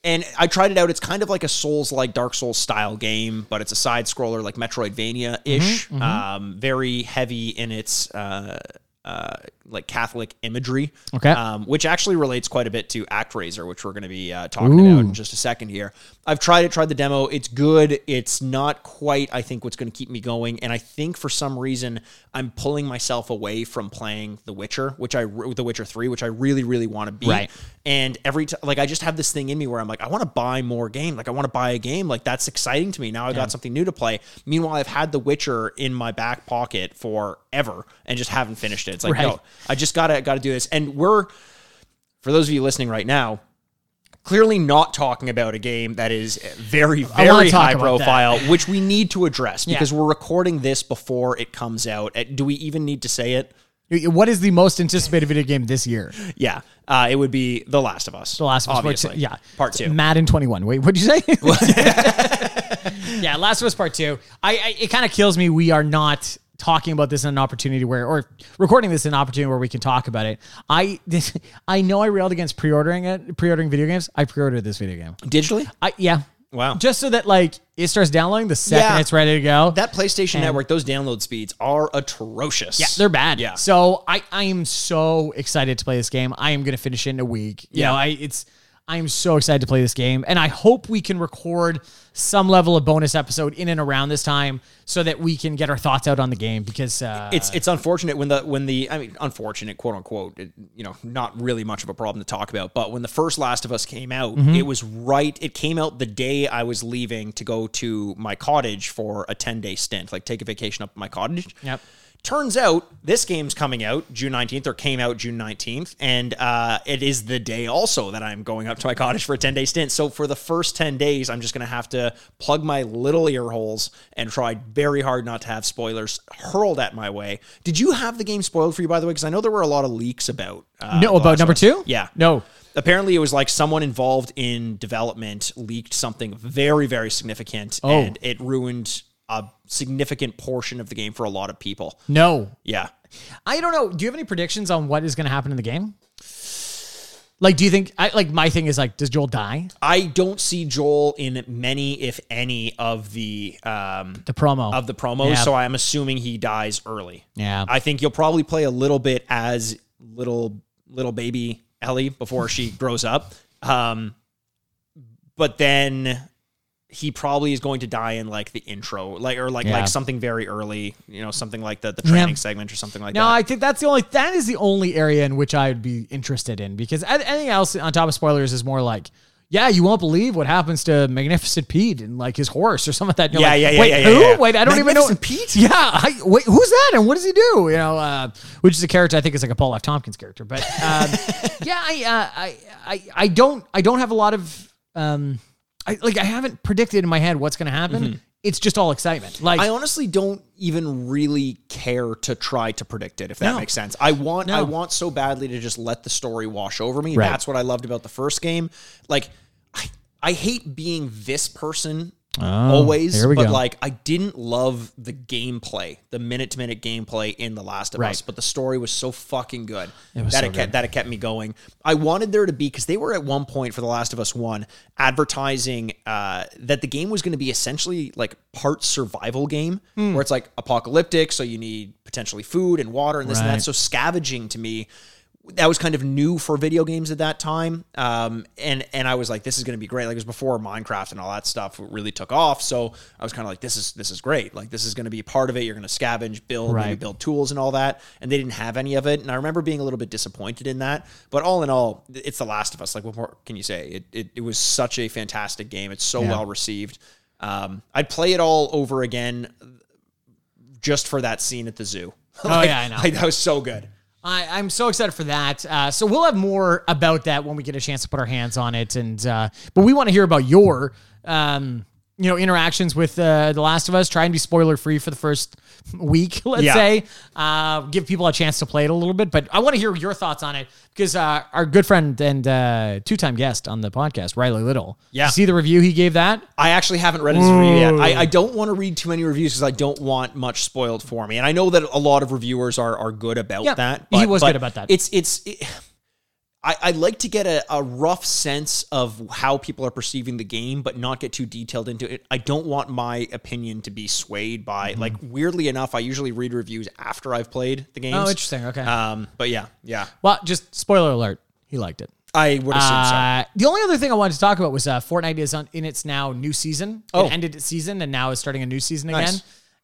S2: and I tried it out. It's kind of like a Souls like Dark Souls style game, but it's a side scroller like Metroidvania ish. Um, very heavy in its uh, uh, like Catholic imagery.
S1: Okay.
S2: Um, which actually relates quite a bit to ActRaiser, which we're going to be uh, talking about in just a second here. I've tried it, tried the demo. It's good. It's not quite, I think, what's going to keep me going. And I think for some reason, I'm pulling myself away from playing The Witcher, which I, re- The Witcher 3, which I really, really want to be.
S1: Right.
S2: And every time, like, I just have this thing in me where I'm like, I want to buy more game. Like, I want to buy a game. Like, that's exciting to me. Now I've got something new to play. Meanwhile, I've had The Witcher in my back pocket forever and just haven't finished it. It's like,
S1: Right.
S2: no, I just gotta gotta do this. And we're for those of you listening right now, clearly not talking about a game that is very very
S1: talk
S2: high
S1: about
S2: profile, which we need to address
S1: Yeah.
S2: because we're recording this before it comes out. Uh, Do we even need to say it?
S1: What is the most anticipated video game this year?
S2: Yeah, uh, it would be The Last of Us.
S1: The Last of Us
S2: obviously.
S1: Part Two. Yeah.
S2: part two.
S1: Madden 21. Wait, what'd you
S2: *laughs*
S1: say? *laughs* yeah, Last of Us Part Two. I, I it kind of kills me. We are not talking about this in an opportunity where or recording this in an opportunity where we can talk about it. I this I know I railed against pre-ordering it, pre-ordering video games. I pre-ordered this video game.
S2: Digitally,
S1: I yeah.
S2: Wow.
S1: Just so that like it starts downloading the second
S2: Yeah.
S1: it's ready to go.
S2: that PlayStation Network, those download speeds are atrocious.
S1: Yeah, they're bad.
S2: Yeah.
S1: So I, I am so excited to play this game. I am gonna finish it in a week. You
S2: Yeah.
S1: know, I it's I am so excited to play this game, and I hope we can record some level of bonus episode in and around this time so that we can get our thoughts out on the game because uh,
S2: it's it's unfortunate when the when the I mean unfortunate quote unquote it, you know not really much of a problem to talk about but when the first Last of Us came out it was right it came out the day I was leaving to go to my cottage for a 10 day stint like take a vacation up at my cottage
S1: Yep.
S2: Turns out this game's coming out June 19th or came out June 19th. And uh, it is the day also that I'm going up to my cottage for a 10 day stint. So for the first 10 days, I'm just going to have to plug my little ear holes and try very hard not to have spoilers hurled at my way. Did you have the game spoiled for you, by the way? Because I know there were a lot of leaks about. Uh,
S1: no
S2: The Last
S1: about
S2: of
S1: number
S2: Us.
S1: two.
S2: Yeah.
S1: no.
S2: Apparently, it was like someone involved in development leaked something very, very significant, and it ruined a significant portion of the game for a lot of people.
S1: No,
S2: Yeah.
S1: I don't know. Do you have any predictions on what is going to happen in the game? Like, do you think? I like my thing is like, does Joel die?
S2: I don't see Joel in many, if any, of the um,
S1: The promo
S2: of the promos,
S1: Yeah.
S2: so I'm assuming he dies early.
S1: yeah.
S2: I think you'll probably play a little bit as little little baby Ellie before *laughs* she grows up. Um, but then he probably is going to die in like the intro, like or like
S1: Yeah.
S2: like something very early, you know, something like the the training
S1: Yeah.
S2: segment or something like
S1: No,
S2: that.
S1: I think that's the only that is the only area in which I would be interested in because a- anything else on top of spoilers is more like, yeah, you won't believe what happens to Magnificent Pete and like his horse or something like that. You're
S2: Yeah,
S1: like,
S2: yeah, yeah,
S1: Wait,
S2: yeah, yeah,
S1: who?
S2: yeah.
S1: Wait, I don't even know.
S2: Magnificent
S1: Pete? *laughs* Yeah, I, wait, who's that and what does he do? You know, uh, which is a character I think is like a Paul F. Tompkins character, but
S2: *laughs*
S1: um, yeah, I, uh, I, I, I don't, I don't have a lot of, um, I like I haven't predicted in my head what's going to happen. It's just all excitement. Like
S2: Mm-hmm. I honestly don't even really care to try to predict it, if that
S1: No.
S2: makes sense. I want I want so badly to just let the story wash over me.
S1: Right.
S2: That's what I loved about the first game. Like I I hate being this person Oh, always,
S1: here we
S2: but
S1: go.
S2: like I didn't love the gameplay, the minute to minute gameplay in The Last of
S1: Right.
S2: Us, but the story was so fucking good
S1: was
S2: that
S1: so
S2: it kept that it kept me going. I wanted there to be because they were at one point for The Last of Us One advertising uh, that the game was going to be essentially like part survival game
S1: Hmm.
S2: where it's like apocalyptic, so you need potentially food and water and this and
S1: Right.
S2: that. So scavenging to me. That was kind of new for video games at that time, um, and and I was like, "This is going to be great." Like it was before Minecraft and all that stuff really took off, so I was kind of like, "This is this is great." Like this is going to be a part of it. You're going to scavenge, build, maybe
S1: Right.
S2: build build tools and all that, and they didn't have any of it. And I remember being a little bit disappointed in that. But all in all, th- it's The Last of Us. Like, what more can you say? It it, it was such a fantastic game. It's so well received. Um, I'd play it all over again, just for that scene at the zoo. *laughs* Oh
S1: yeah, I know.
S2: that was so good.
S1: I, I'm so excited for that. Uh, so we'll have more about that when we get a chance to put our hands on it. And uh, but we want to hear about your um, you know interactions with uh, the Last of Us. Try and be spoiler free for the first week, *laughs* let's
S2: Yeah.
S1: say. Uh, give people a chance to play it a little bit, but I want to hear your thoughts on it because uh, our good friend and uh, two time guest on the podcast, Riley Little.
S2: Yeah.
S1: you see the review he gave that.
S2: I actually haven't read his review yet. I,
S1: Mm.
S2: I don't want to read too many reviews because I don't want much spoiled for me. And I know that a lot of reviewers are are good about
S1: Yeah,
S2: that.
S1: he was good about that.
S2: It's it's. It, I, I like to get a, a rough sense of how people are perceiving the game, but not get too detailed into it. I don't want my opinion to be swayed by
S1: Mm-hmm.
S2: like weirdly enough, I usually read reviews after I've played the games.
S1: Oh, interesting. Okay.
S2: Um, but yeah, yeah.
S1: well, just spoiler alert. He liked it.
S2: I would assume so.
S1: Uh, the only other thing I wanted to talk about was uh, Fortnite is on, in its now new season.
S2: Oh.
S1: It ended its season and now is starting a new season again.
S2: Nice.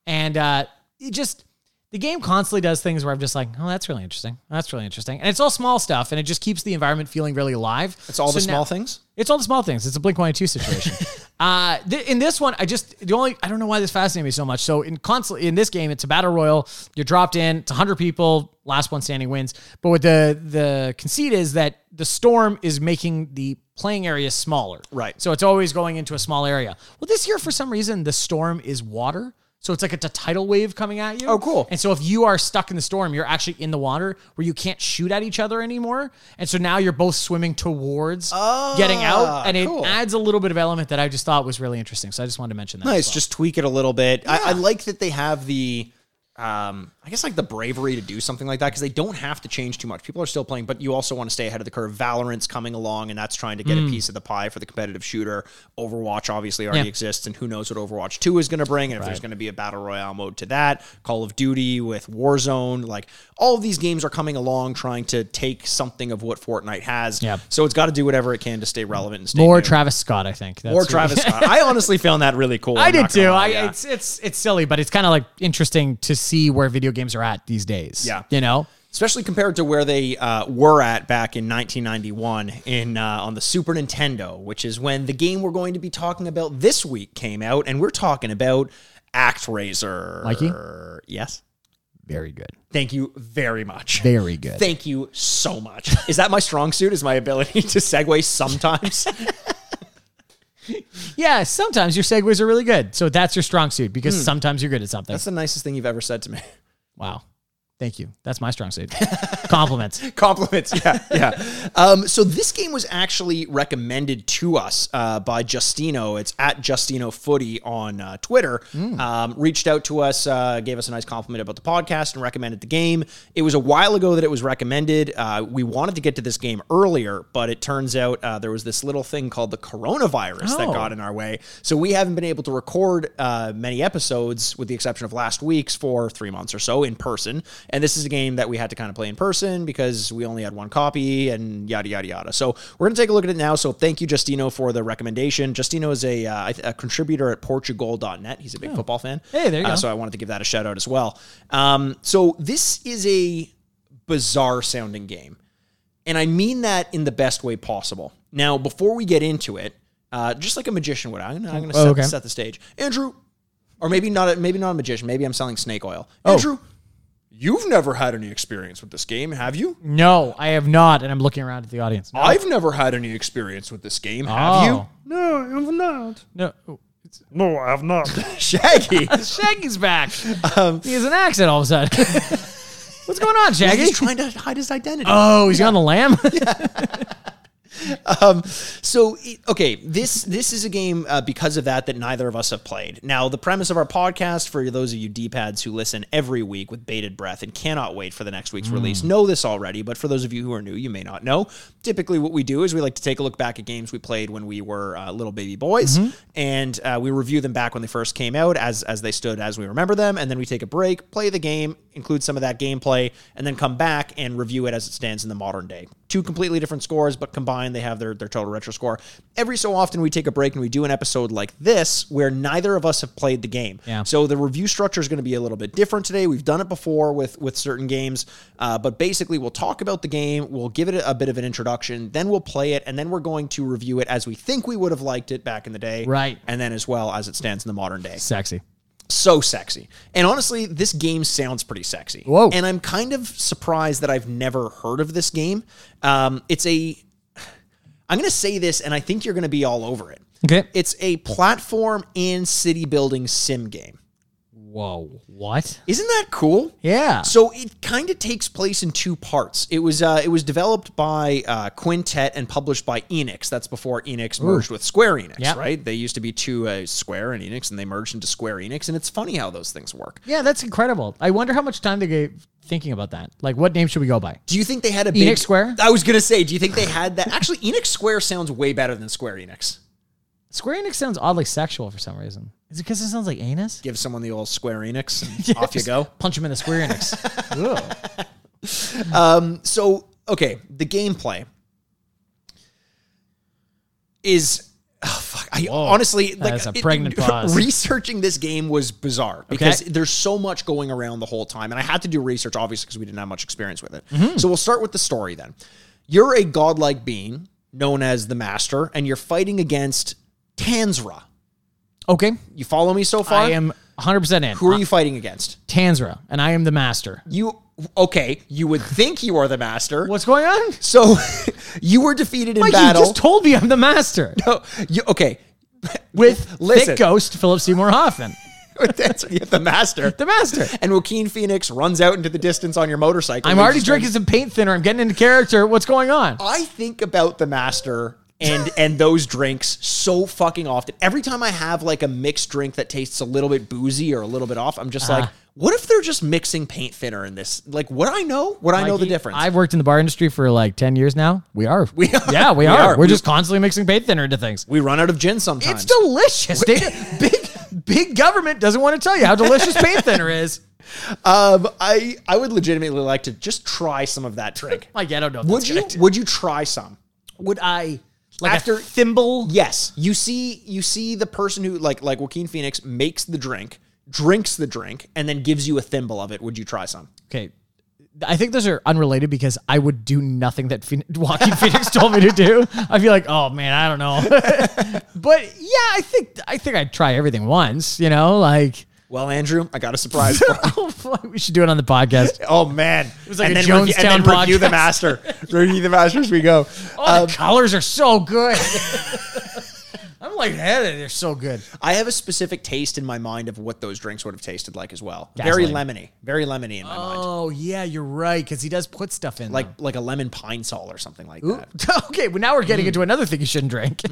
S1: And uh, it just the game constantly does things where I'm just like, oh, that's really interesting. That's really interesting. And it's all small stuff, and it just keeps the environment feeling really alive.
S2: It's all
S1: So
S2: the
S1: now-
S2: small things.
S1: It's all the small things. It's a Blink One Eight Two situation.
S2: *laughs*
S1: uh, th- in this one, I just the only I don't know why this fascinated me so much. So in constantly in this game, it's a battle royal. You're dropped in. It's 100 people. Last one standing wins. But what the the conceit is that the storm is making the playing area smaller.
S2: Right.
S1: So it's always going into a small area. Well, this year for some reason the storm is water. So it's like it's a tidal wave coming at you.
S2: Oh, cool.
S1: And so if you are stuck in the storm, you're actually in the water where you can't shoot at each other anymore. And so now you're both swimming towards
S2: Oh.
S1: getting out. And it
S2: Ah, cool.
S1: adds a little bit of element that I just thought was really interesting. So I just wanted to mention that. as
S2: Nice.
S1: well.
S2: Just tweak it a little bit. I, I like that they have the, um, I guess like the bravery to do something like that because they don't have to change too much. People are still playing, but you also want to stay ahead of the curve. Valorant's coming along, and that's trying to get a piece of the pie for the competitive shooter. Overwatch obviously already
S1: Hmm. Yeah.
S2: exists, and who knows what Overwatch Two is going to bring, and if there's going to be a battle royale mode to that. Call of Duty with Warzone, like all of these games are coming along, trying to take something of what Fortnite has.
S1: Yeah.
S2: So it's got to do whatever it can to stay relevant and stay
S1: More
S2: new.
S1: Travis Scott, I think. That's
S2: Or
S1: what-
S2: Travis Scott. I honestly found that really cool.
S1: I
S2: I'm
S1: did
S2: not gonna
S1: too.
S2: lie,
S1: I,
S2: yeah.
S1: It's it's it's silly, but it's kind of like interesting to see where video games are at these days.
S2: Yeah.
S1: you know.
S2: especially compared to where they uh, were at back in 1991 in uh, on the Super Nintendo, which is when the game we're going to be talking about this week came out, and we're talking about ActRaiser.
S1: Mikey?
S2: yes,
S1: Very good.
S2: thank you very much.
S1: Very good.
S2: Thank you so much. Is that my strong suit? Is my ability *laughs* to segue sometimes?
S1: yeah, sometimes your segues are really good. So that's your strong suit because sometimes you're good at something.
S2: Hmm. That's the nicest thing you've ever said to me.
S1: wow. Thank you. That's my strong suit. *laughs* Compliments.
S2: *laughs* compliments. Yeah, yeah. Um, so this game was actually recommended to us uh, by Justino. It's at Justino Footy on uh, Twitter. Um, reached out to us, uh, gave us a nice compliment about the podcast, and recommended the game. It was a while ago that it was recommended. Uh, we wanted to get to this game earlier, but it turns out uh, there was this little thing called the coronavirus that
S1: Oh.
S2: got in our way. So we haven't been able to record uh, many episodes, with the exception of last week's, for three months or so in person. And this is a game that we had to kind of play in person because we only had one copy and yada yada yada. So we're gonna take a look at it now. So thank you, Justino, for the recommendation. Justino is a, uh, I th- a contributor at Portugal.net. He's a big football fan.
S1: Oh. Hey, there you
S2: Uh,
S1: go.
S2: So I wanted to give that a shout out as well. Um, so this is a bizarre sounding game. And I mean that in the best way possible. Now, before we get into it, uh, just like a magician would, I'm gonna, I'm gonna set,
S1: Oh, okay.
S2: set the stage. Andrew, or maybe not, a, maybe not a magician. Maybe I'm selling snake oil.
S1: Oh.
S2: Andrew, you've never had any experience with this game, have you?
S1: No, I have not, and I'm looking around at the audience. No,
S2: I've never had any experience with this game, have
S1: Oh. *laughs*
S3: No, I've not.
S1: no. oh,
S3: No, I've not.
S2: you?
S1: *laughs*
S2: Shaggy,
S1: Shaggy's
S2: *laughs*
S1: back.
S2: Um,
S1: he has an accent all of a sudden. *laughs* What's going on, Shaggy?
S2: he's trying to hide his identity.
S1: oh, he's on the *laughs* lamb.
S2: So it- okay, this this is a game uh, because of that that neither of us have played. Now the premise of our podcast for those of you D-pads who listen every week with bated breath and cannot wait for the next week's release know this already, but for those of you who are new, you may not know. Typically, what we do is we like to take a look back at games we played when we were uh, little baby boys, and uh, we review them back when they first came out as as they stood as we remember them, and then we take a break, play the game, include some of that gameplay, and then come back and review it as it stands in the modern day. Two completely different scores, but combined they have their, their total retro score. Every so often we take a break and we do an episode like this where neither of us have played the game.
S1: Yeah.
S2: So the review structure is going to be a little bit different today. We've done it before with with certain games, uh, but basically we'll talk about the game, we'll give it a bit of an introduction, then we'll play it, and then we're going to review it as we think we would have liked it back in the day,
S1: Right.
S2: And then as well as it stands in the modern day
S1: Sexy.
S2: so sexy. And honestly, this game sounds pretty sexy.
S1: Whoa.
S2: And I'm kind of surprised that I've never heard of this game. Um, it's a. I'm going to say this, and I think you're going to be all over it.
S1: Okay.
S2: It's a platform and city building sim game.
S1: Whoa. What?
S2: Isn't that cool?
S1: Yeah.
S2: So it kind of takes place in two parts. It was uh, it was developed by uh, Quintet and published by Enix. That's before Enix merged with Square Enix,
S1: Yeah.
S2: right? They used to be two uh, Square and Enix, and they merged into Square Enix. And it's funny how those things work.
S1: Yeah, that's incredible. I wonder how much time they gave thinking about that. Like, what name should we go by?
S2: Do you think they had a
S1: Enix
S2: big,
S1: Square?
S2: I was gonna say, do you think they had that? Actually, Enix Square sounds way better than Square Enix.
S1: Square Enix sounds oddly sexual for some reason. Is it because it sounds like anus?
S2: Give someone the old Square Enix, and
S1: *laughs*
S2: off you go.
S1: Punch him in the Square *laughs* Enix. Ew.
S2: Um, so okay, the gameplay is oh, fuck. I honestly like
S1: is a pregnant pause.
S2: *laughs* researching this game was bizarre because there's so much going around the whole time, and I had to do research obviously because we didn't have much experience with it.
S1: Mm-hmm.
S2: So we'll start with the story then. You're a godlike being known as the Master, and you're fighting against Tanzra.
S1: Okay.
S2: You follow me so far?
S1: I am 100% in.
S2: Who are you fighting against?
S1: Tanzra, and I am the master.
S2: You okay? You would think you are the Master.
S1: What's going *laughs* on?
S2: So *laughs* you were defeated in
S1: Mike,
S2: battle.
S1: you just told me I'm the master
S2: Oh, *laughs* you, okay.
S1: *laughs* with
S2: Listen.
S1: thick ghost Philip Seymour Hoffman,
S2: That's you have the master.
S1: the *laughs* master.
S2: And Joaquin Phoenix runs out into the distance on your motorcycle.
S1: I'm
S2: You
S1: already
S2: just-
S1: drinking some paint thinner. I'm getting into character. What's going on?
S2: I think about the master and and those drinks so fucking often. Every time I have like a mixed drink that tastes a little bit boozy or a little bit off, I'm just
S1: Uh-huh.
S2: like, what if they're just mixing paint thinner in this? Like, would I know? Would I know the
S1: Mikey,
S2: difference?
S1: I've worked in the bar industry for like 10 years now. We are. *laughs* We
S2: are.
S1: Yeah, we,
S2: We
S1: are.
S2: are.
S1: We're
S2: We-
S1: just constantly mixing paint thinner into things.
S2: we run out of gin sometimes.
S1: It's delicious. They- big big government doesn't want to tell you how delicious paint thinner is.
S2: um, I I would legitimately like to just try some of that drink.
S1: *laughs* Like, I don't know. if
S2: would
S1: that's
S2: you?
S1: gonna-
S2: Would you try some?
S1: Would I like
S2: After-
S1: after a thimble?
S2: Yes, you see, you see the person who like like Joaquin Phoenix makes the drink, drinks the drink, and then gives you a thimble of it. Would you try some?
S1: Okay. I think those are unrelated because I would do nothing that Phoen- Joaquin Phoenix *laughs* told me to do. I'd be like, oh man, I don't know. *laughs* but yeah, I think I think I'd try everything once. You know, like *laughs*
S2: Well, Andrew, I got a surprise. *laughs* for you.
S1: we should do it on the podcast.
S2: *laughs* oh man, it
S1: was like a Jonestown
S2: and then review the
S1: podcast.
S2: master. review the master as we go.
S1: Oh, the colors are so *laughs* good. I'm like, hey, they're so good.
S2: I have a specific taste in my mind of what those drinks would have tasted like as well. Very
S1: Gasoline.
S2: lemony, very lemony in my mind,
S1: Oh yeah, you're right because he does put stuff in.
S2: like
S1: them.
S2: like a lemon pine sol or something like *laughs* that.
S1: *laughs* okay, well now we're getting into another thing you shouldn't drink.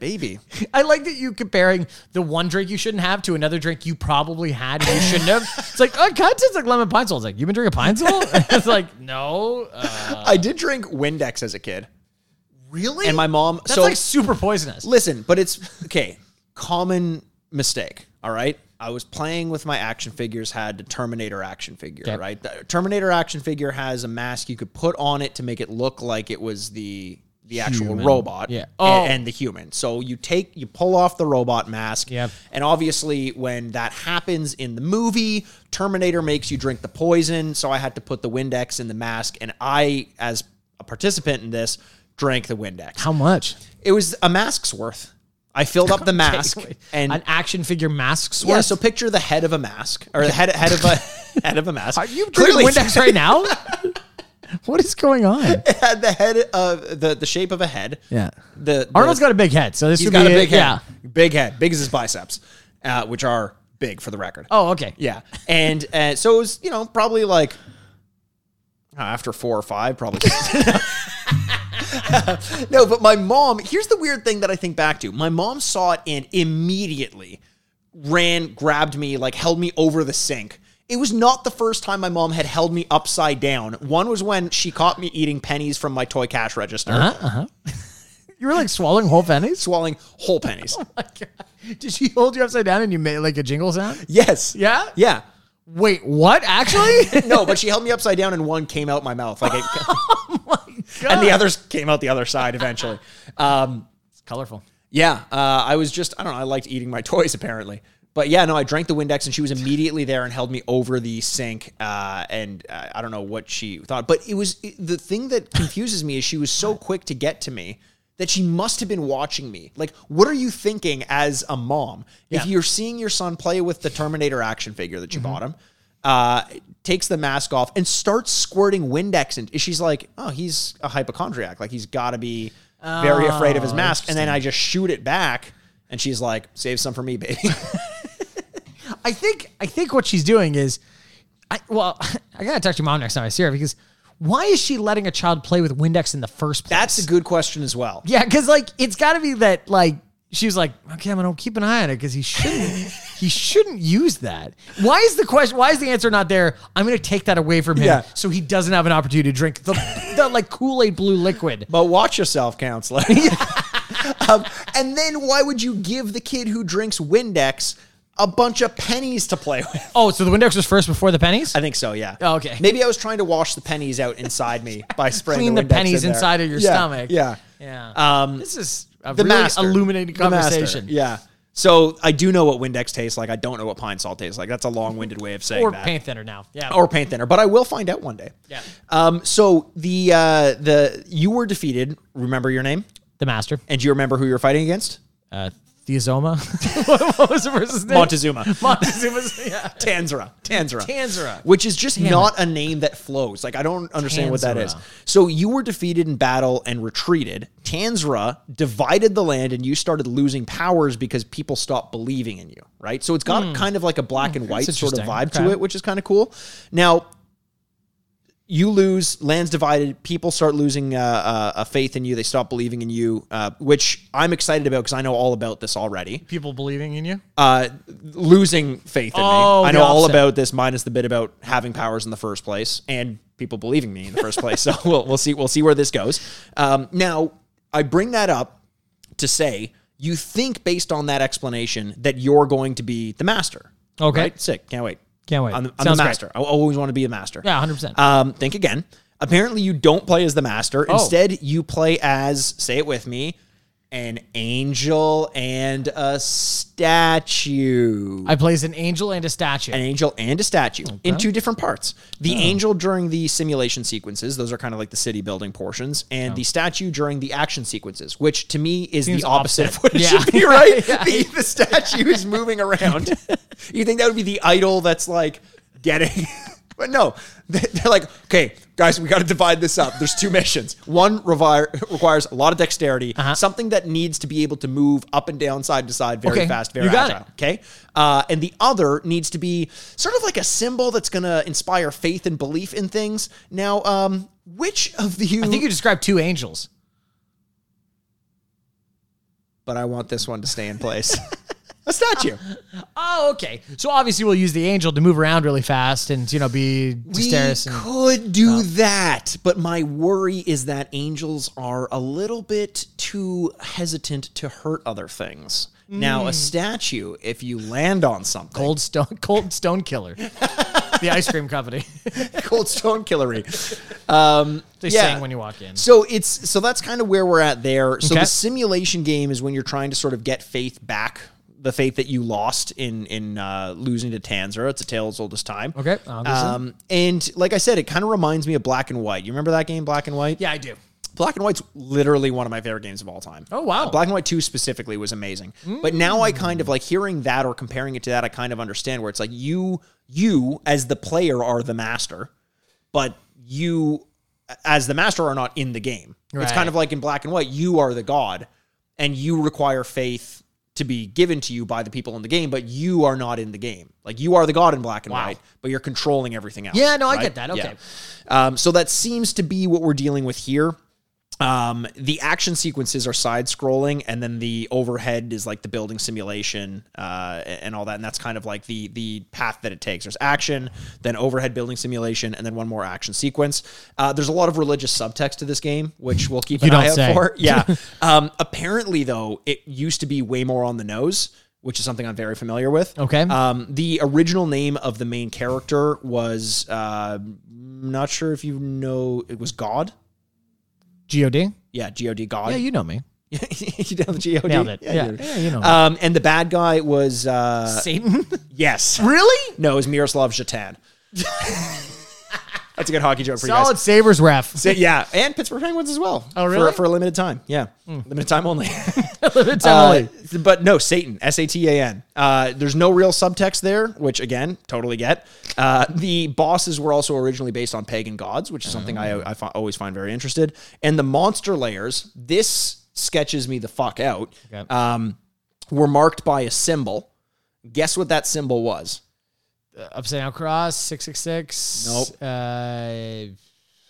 S2: Baby,
S1: *laughs* I like that you comparing the one drink you shouldn't have to another drink you probably had and you shouldn't *laughs* have. It's like, oh, God, tastes like lemon pine sol. It's like, you've been drinking pine *laughs* sol? it's like, no. Uh,
S2: I did drink Windex as a kid,
S1: really?
S2: and my mom.
S1: That's
S2: so
S1: like super poisonous.
S2: Listen, but it's okay. Common mistake. All right. I was playing with my action figures, had a Terminator action figure,
S1: Okay.
S2: right? The Terminator action figure has a mask you could put on it to make it look like it was the the actual robot
S1: Yeah.
S2: a-
S1: Oh.
S2: and, the human. So you take you pull off the robot mask.
S1: Yep.
S2: And obviously when that happens in the movie, Terminator makes you drink the poison, so I had to put the Windex in the mask and I as a participant in this drank the Windex.
S1: How *laughs* much?
S2: It was a mask's worth. I
S1: *laughs*
S2: filled up the mask and
S1: An action figure mask's
S2: yeah.
S1: worth?
S2: So picture the head of a mask or the head head of a *laughs* head of a mask.
S1: Are you drinking Windex right *laughs* now? what is going *laughs* on?
S2: it had *laughs* the head of the the shape of a head.
S1: Yeah.
S2: The, the
S1: Arnold's got a big head, so this
S2: he's
S1: would
S2: got a
S1: be
S2: big head.
S1: Yeah.
S2: Big head, big as his biceps, uh, which are big for the record.
S1: Oh, okay.
S2: Yeah, and uh, so it was you know probably like uh, after four or five probably. *laughs* no, but my mom. Here's the weird thing that I think back to. My mom saw it and immediately ran, grabbed me, like held me over the sink. It was not the first time my mom had held me upside down. One was when she caught me eating pennies from my toy cash register,
S1: Uh-huh. *laughs* You were like swallowing whole pennies? *laughs*
S2: swallowing whole pennies.
S1: Did she hold you upside down and you made like a jingle sound?
S2: yes.
S1: Yeah?
S2: Yeah.
S1: Wait, what? Actually? *laughs*
S2: No, but she held me upside down and one came out my mouth. Like it, *laughs* and *laughs* the others came out the other side *laughs* eventually. Um,
S1: it's colorful.
S2: yeah, uh, I was just I don't know. I liked eating my *laughs* toys apparently, but yeah, no, I drank the Windex and she was immediately there and held me over the sink. Uh, and uh, I don't know what she thought, but it was it- the thing that *laughs* confuses me is she was so quick to get to me. That she must have been watching me. Like, what are you thinking as a mom
S1: Yeah.
S2: if you're seeing your son play with the Terminator action figure that you bought him? Uh, takes the mask off and starts squirting Windex, and she's like, "Oh, he's a hypochondriac. Like, he's got to be very afraid of his
S1: Oh,
S2: mask." And then I just shoot it back. And she's like, save some for me, baby.
S1: *laughs* I think I think what she's doing is, I well, *laughs* I gotta talk to your mom next time I see her because why is she letting a child play with Windex in the first place?
S2: That's a good question as well.
S1: yeah, because like it's gotta be that like she was like, okay, I'm gonna keep an eye on it because he shouldn't he shouldn't use that. Why is the question? Why is the answer not there? I'm gonna take that away from him
S2: Yeah.
S1: so he doesn't have an opportunity to drink the, the like Kool Aid blue liquid.
S2: But watch yourself, counselor. *laughs* um, and then why would you give the kid who drinks Windex a bunch of pennies to play with?
S1: Oh, so the Windex was first before the pennies.
S2: I think so, yeah.
S1: Oh, okay.
S2: Maybe I was trying to wash the pennies out inside me by spraying
S1: Clean
S2: the,
S1: the,
S2: Windex
S1: pennies
S2: in there.
S1: inside of your
S2: Yeah,
S1: stomach.
S2: Yeah.
S1: yeah.
S2: Um,
S1: this is a
S2: the
S1: really
S2: master.
S1: illuminating
S2: The master,
S1: conversation.
S2: yeah. So I do know what Windex tastes like. I don't know what pine salt tastes like. That's a long-winded way of saying
S1: or
S2: that.
S1: paint thinner now. Yeah.
S2: or paint thinner, but I will find out one day.
S1: Yeah.
S2: Um, so the uh, the you were defeated. Remember your name,
S1: the master.
S2: and do you remember who you were fighting against?
S1: Uh, Theozoma. *laughs* what, what was the person's name?
S2: Montezuma.
S1: Montezuma's. *laughs* Yeah.
S2: Tanzra. Tanzra.
S1: Tanzra.
S2: Which is just not a name that flows. Like, I don't understand what that
S1: Tanzra.
S2: is. So, you were defeated in battle and retreated. Tanzra divided the land, and you started losing powers because people stopped believing in you, right? So, it's got kind of like a black and white sort of vibe
S1: Hmm. interesting.
S2: to
S1: Okay.
S2: it, which is kind of cool. Now, you lose, lands divided, people start losing uh, uh, a faith in you. They stop believing in you, uh, which I'm excited about because I know all about this already
S1: People believing in you.
S2: uh, losing faith in
S1: Oh,
S2: me. I
S1: the
S2: know all
S1: opposite.
S2: about this, minus the bit about having powers in the first place and people believing me in the first place. *laughs* So we'll we'll see we'll see where this goes. Um, now I bring that up to say you think based on that explanation that you're going to be the master.
S1: Okay.
S2: right? sick. Can't wait.
S1: Can't wait.
S2: I'm, the- I'm
S1: Sounds
S2: the
S1: great.
S2: master. I always want to be the master.
S1: Yeah, 100%.
S2: Um, think again. Apparently, you don't play as the master.
S1: Oh.
S2: Instead, you play as, say it with me, an angel and a statue.
S1: I plays an angel and a statue. Oh.
S2: An angel and a statue in two different parts. The angel during the simulation sequences, those are kind of like the city building portions, and the statue during the action sequences, which to me is
S1: Oh. Seems
S2: the opposite
S1: opposite.
S2: of what it
S1: *laughs* Yeah.
S2: should be, right? the, the statue is
S1: *laughs*
S2: moving around. you think that would be the idol that's like getting. *laughs* But no, They- they're like, okay, guys, we got to divide this up. There's two missions. One revi- requires a lot of dexterity,
S1: Uh-huh.
S2: something that needs to be able to move up and down, side to side, very
S1: Okay,
S2: fast, very
S1: you got
S2: agile.
S1: it.
S2: Okay. Uh, and the other needs to be sort of like a symbol that's going to inspire faith and belief in things. Now, um, which of the you,
S1: I think you described two angels.
S2: But I want this one to stay in *laughs* place. a statue.
S1: Oh, okay. So obviously we'll use the angel to move around really fast and you know be
S2: We
S1: dexterous. and-
S2: could do that, but my worry is that angels are a little bit too hesitant to hurt other things. Now, a statue, if you land on something, *laughs*
S1: Cold stone, cold stone *laughs* killer. the ice cream company. *laughs*
S2: Cold Stone Killery. Um,
S1: They
S2: yeah.
S1: sing when you walk in.
S2: So it's so that's kind of where we're at there. So
S1: Okay.
S2: the simulation game is when you're trying to sort of get faith back, the faith that you lost in in uh, losing to Tanzra. It's a tale as old as time.
S1: Okay, obviously.
S2: Um, and like I said, it kind of reminds me of Black and White. You remember that game, Black and White?
S1: yeah, I do.
S2: Black and White's literally one of my favorite games of all time.
S1: Oh, wow.
S2: Uh, Black and White 2 specifically was amazing. But now I kind of like hearing that or comparing it to that I kind of understand where it's like you you as the player are the master, but you as the master are not in the game. It's
S1: Right.
S2: kind of like in Black and White you are the god and you require faith to be given to you by the people in the game, but you are not in the game. Like you are the god in Black and White, but you're controlling everything else.
S1: Yeah, no, I get that. Okay.
S2: Yeah. Um, so that seems to be what we're dealing with here. Um, the action sequences are side scrolling, and then the overhead is like the building simulation uh, and all that. And that's kind of like the the path that it takes. There's action, then overhead building simulation, and then one more action sequence. Uh, there's a lot of religious subtext to this game, which we'll keep an
S1: don't
S2: eye out
S1: say. *laughs*
S2: for. Yeah. um, apparently, though, it used to be way more on the nose. Which is something I'm very familiar with.
S1: Okay.
S2: Um, the original name of the main character was uh, not sure if you know it was God.
S1: God.
S2: Yeah, God, God.
S1: Yeah, you know me.
S2: *laughs* you, nailed the God.
S1: Nailed it. Yeah,
S2: you did.
S1: yeah, you know.
S2: Um, and the bad guy was uh,
S1: Satan. *laughs*
S2: yes.
S1: really?
S2: *laughs* No, it was Miroslav *laughs* Zlatan. That's a good hockey joke for you
S1: *laughs*
S2: guys.
S1: Solid Sabres ref.
S2: *laughs* So, yeah, and Pittsburgh Penguins as well.
S1: Oh, really? Hmm.
S2: For, for a limited time. Yeah, limited
S1: *laughs*
S2: time only.
S1: It's
S2: Uh,
S1: Emily.
S2: but no, Satan, S A T A N. Uh, there's no real subtext there, which again, totally get. Uh, the bosses were also originally based on pagan gods, which is something
S1: Oh.
S2: I, I fi- always find very interested. And the monster layers, this sketches me the fuck out.
S1: Okay.
S2: Um, were marked by a symbol. Guess what that symbol was?
S1: Upside down cross, six six six.
S2: Nope.
S1: Uh,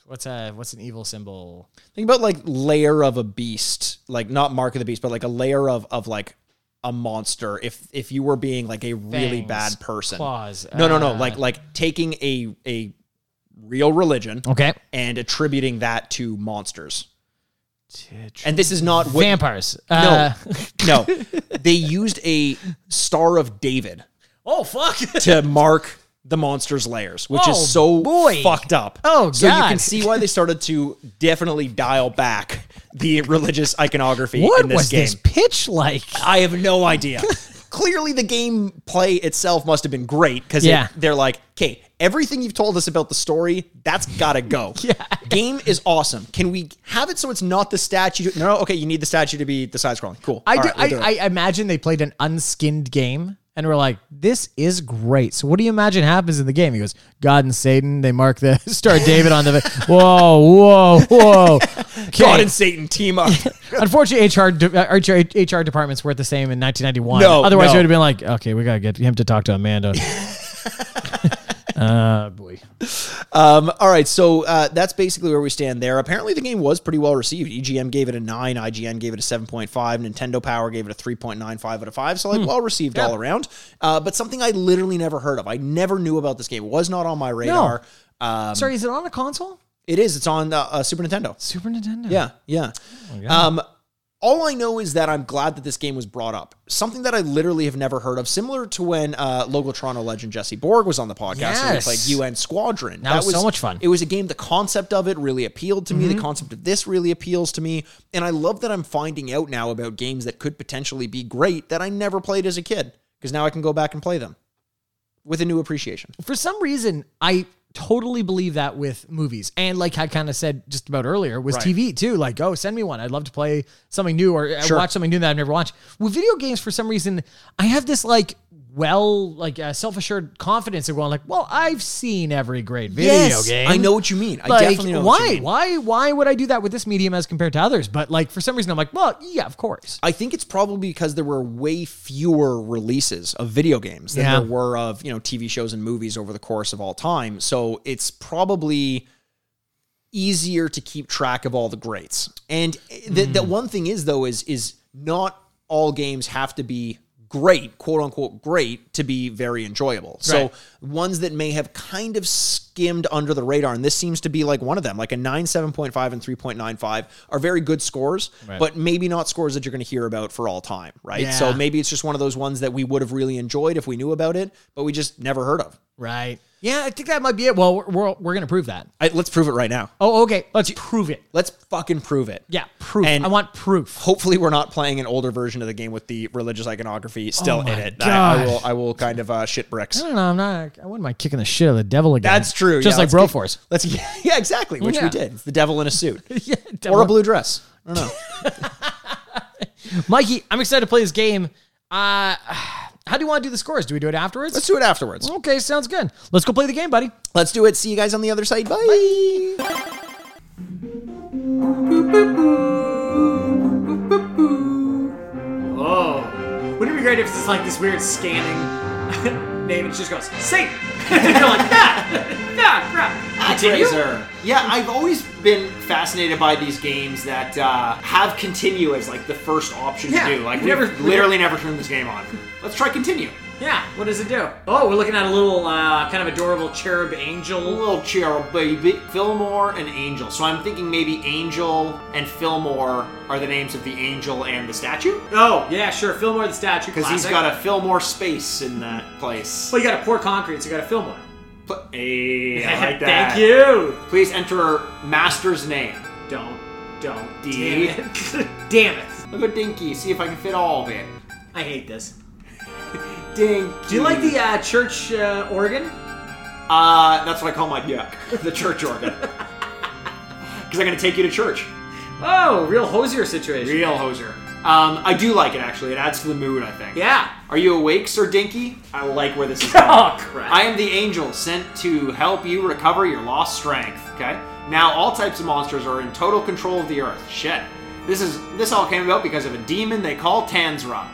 S1: what's a what's an evil symbol?
S2: Think about like layer of a beast, like not mark of the beast, but like a layer of of like a monster. If if you were being like a really
S1: Fangs,
S2: bad person,
S1: claws,
S2: No, no, no.
S1: uh,
S2: Like like taking a a real religion
S1: Uh, Okay.
S2: and attributing that to monsters. And this is not what,
S1: Vampires.
S2: No,
S1: Uh, *laughs*
S2: no. They used a Star of David
S1: oh fuck. *laughs*
S2: to mark the monster's layers, which
S1: Oh,
S2: is so
S1: boy.
S2: fucked up.
S1: Oh,
S2: so you can
S1: God. *laughs*
S2: see why they started to definitely dial back the religious iconography
S1: what
S2: in this
S1: was
S2: game.
S1: this pitch like?
S2: I have
S1: *laughs*
S2: no idea. Clearly, the game play itself must have been great because
S1: Yeah.
S2: they're like, okay, everything you've told us about the story, that's
S1: *laughs*
S2: gotta go. yeah. Game is awesome. Can we have it so it's not the statue? No, okay, you need the statue to be the side scrolling. Cool.
S1: I
S2: All
S1: do,
S2: right, we'll do it.
S1: I, I imagine they played an unskinned game and were like, "This is great." So, what do you imagine happens in the game? He goes, "God and Satan." They mark the *laughs* star David on the. *laughs* Whoa, whoa, *laughs* whoa.
S2: God
S1: Okay.
S2: and Satan team up.
S1: *laughs* Unfortunately, HR de- uh, HR HR departments weren't the same in 1991.
S2: No,
S1: otherwise
S2: no.
S1: it would have been like, "Okay, we gotta get him to talk to *laughs* Amanda." uh, boy.
S2: um, all right, so uh, that's basically where we stand there. Apparently, the game was pretty well received. EGM gave it a nine, IGN gave it a seven point five, Nintendo Power gave it a three point nine five out of five. So like, well received all around. Uh, but something I literally never heard of. I never knew about this game. It was not on my radar. Um,
S1: Sorry, is it on a console?
S2: it is. It's on uh, uh, Super Nintendo.
S1: Super Nintendo.
S2: Yeah, yeah.
S1: Oh,
S2: um, all I know is that I'm glad that this game was brought up. Something that I literally have never heard of, similar to when uh, local Toronto legend Jesse Borg was on the podcast and we
S1: Yes.
S2: played UN Squadron.
S1: That was so much fun. Mm-hmm.
S2: It was a game. The concept of it really appealed to me. The concept of this really appeals to me, and I love that I'm finding out now about games that could potentially be great that I never played as a kid because now I can go back and play them with a new appreciation.
S1: for some reason i totally believe that with movies and like i kind of said just about earlier was
S2: Right.
S1: tv too like oh send me one i'd love to play something new or uh,
S2: Sure.
S1: watch something new that i've never watched with video games for some reason i have this like well like uh, self-assured confidence of going like well i've seen every great video game
S2: I know what you mean. I
S1: like
S2: definitely know what you
S1: why why
S2: mean.
S1: why would i do that with this medium as compared to others but like for some reason i'm like well yeah of course
S2: I think it's probably because there were way fewer releases of video games than
S1: Yeah.
S2: there were of you know TV shows and movies over the course of all time. So it's probably easier to keep track of all the greats. And the, the
S1: Hmm.
S2: one thing is though is is not all games have to be great, quote unquote great, to be very enjoyable.
S1: Right.
S2: So ones that may have kind of skimmed under the radar, and this seems to be like one of them, like a 9, 7.5, and 3.95 are very good scores, but maybe not scores that you're going to hear about for all time, right? So
S1: Yeah.
S2: maybe it's just one of those ones that we would have really enjoyed if we knew about it, but we just never heard of.
S1: right yeah i think that might be it well we're, we're, we're gonna prove that
S2: I, let's prove it right now.
S1: oh okay let's prove it
S2: Let's fucking prove it.
S1: yeah proof
S2: And-
S1: i want proof
S2: hopefully we're not playing an older version of the game with the religious iconography still in
S1: Oh my
S2: it. I, I
S1: God.
S2: will I will kind of uh, shit bricks.
S1: I don't know. I'm not. I wouldn't mind kicking the shit out of the devil again.
S2: That's true.
S1: Just
S2: yeah,
S1: like
S2: let's
S1: Broforce.
S2: get- Let's *laughs* yeah, exactly, which we
S1: Yeah.
S2: did. It's the devil in a suit
S1: *laughs* yeah,
S2: or a
S1: devil.
S2: blue dress. I don't know.
S1: Mikey, I'm excited to play this game. Uh, how do you want to do the scores? Do we do it afterwards?
S2: Let's do it afterwards.
S1: okay, sounds good. Let's go play the game, buddy.
S2: Let's do it. See you guys on the other side. Bye.
S1: Oh, wouldn't it be great if it's like this weird scanning *laughs* name and it just goes Satan? *laughs* You're like that, yeah,
S2: Ah,
S1: crap.
S2: Yeah, I've always been fascinated by these games that uh, have continue as like the first option
S1: Yeah, you
S2: we've
S1: never-
S2: never turned this game on. Let's try continue.
S1: Yeah. What does it do? Oh, we're looking at a little uh, kind of adorable cherub angel.
S2: Little cherub baby. Fillmore and Angel. So I'm thinking maybe Angel and Fillmore are the names of the angel and the statue?
S1: Oh, yeah, sure. Fillmore the statue.
S2: Because he's got a Fillmore space in that place.
S1: Well, you got to pour concrete, so you got to Fillmore.
S2: Pl-
S1: *laughs*
S2: Hey, I like that.
S1: Thank you.
S2: Please enter Master's name.
S1: Don't, don't.
S2: D.
S1: Damn it. *laughs* Damn it.
S2: Look at Dinky, see if I can fit all of it.
S1: I hate this.
S2: Dinky.
S1: Do you like the uh, church uh, organ?
S2: Uh, that's what I call my yuck. *laughs* The church organ. *laughs* Because I'm going to take you to church.
S1: Oh, real hosier situation.
S2: Real hoser. Um, I do like it actually. It adds to the mood, I think.
S1: Yeah.
S2: Are you awake, Sir Dinky? I like where this is going.
S1: *laughs* Oh, crap.
S2: I am the angel sent to help you recover your lost strength. Okay. Now all types of monsters are in total control of the earth. Shit. This is this all came about because of a demon they call Tanzra.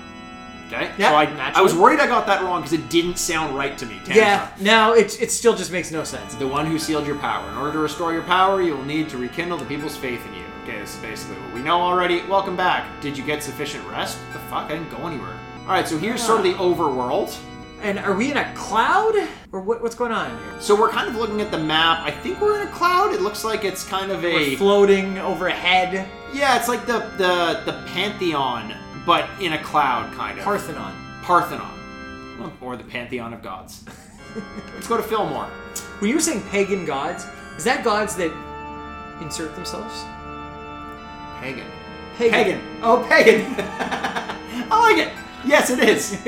S2: Okay,
S1: Yeah,
S2: so I, I
S1: naturally.
S2: was worried I got that wrong because it didn't sound right to me. Tanzai.
S1: Yeah, no, it, it still just makes no sense.
S2: the one who sealed your power. In order to restore your power, you will need to rekindle the people's faith in you. Okay, this is basically what we know already. Welcome back. Did you get sufficient rest? The fuck, I didn't go anywhere. All right, so here's sort of the overworld.
S1: And are we in a cloud? Or what, what's going on here?
S2: So we're kind of looking at the map. I think we're in a cloud. It looks like it's kind of a
S1: We're floating overhead.
S2: yeah, it's like the the the pantheon, but in a cloud kind of
S1: Parthenon.
S2: Parthenon, or the pantheon
S1: *laughs*
S2: of gods. Let's go to Fillmore.
S1: When you were saying pagan gods, is that gods that insert themselves?
S2: Pagan. Pagan. Oh, pagan. I like it. Yes, it is.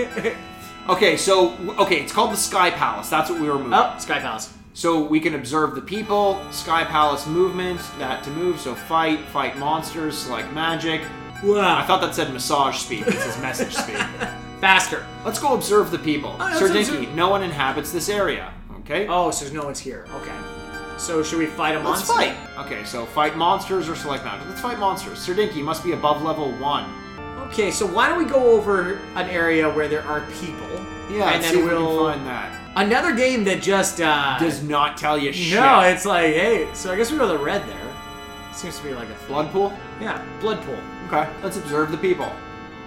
S2: Okay, so okay, it's called the Sky Palace. That's what we were
S1: *laughs*
S2: moving.
S1: oh, Sky Palace.
S2: So we can observe the people, Sky Palace movement, that to move, so fight, fight monsters, select magic. I
S1: Wow.
S2: thought that said massage speak. It says
S1: *laughs*
S2: message speak.
S1: Faster.
S2: Let's go observe the people.
S1: that's
S2: Sir
S1: what I'm
S2: Dinky,
S1: saying.
S2: no one inhabits this area. Okay?
S1: Oh, so no one's here. Okay. So should we fight a
S2: Let's
S1: monster?
S2: fight. Okay, so fight monsters or select magic. Let's fight monsters. Sir Dinky must be above level one.
S1: Okay, so why don't we go over an area where there are people?
S2: Yeah,
S1: and
S2: let's
S1: then
S2: see if
S1: we'll
S2: we can find that.
S1: another game that just uh,
S2: Does not tell you shit.
S1: no. It's like hey, so I guess we go to the red there. Seems to be like a
S2: Blood pool?
S1: Yeah, blood pool.
S2: Okay, let's observe the people.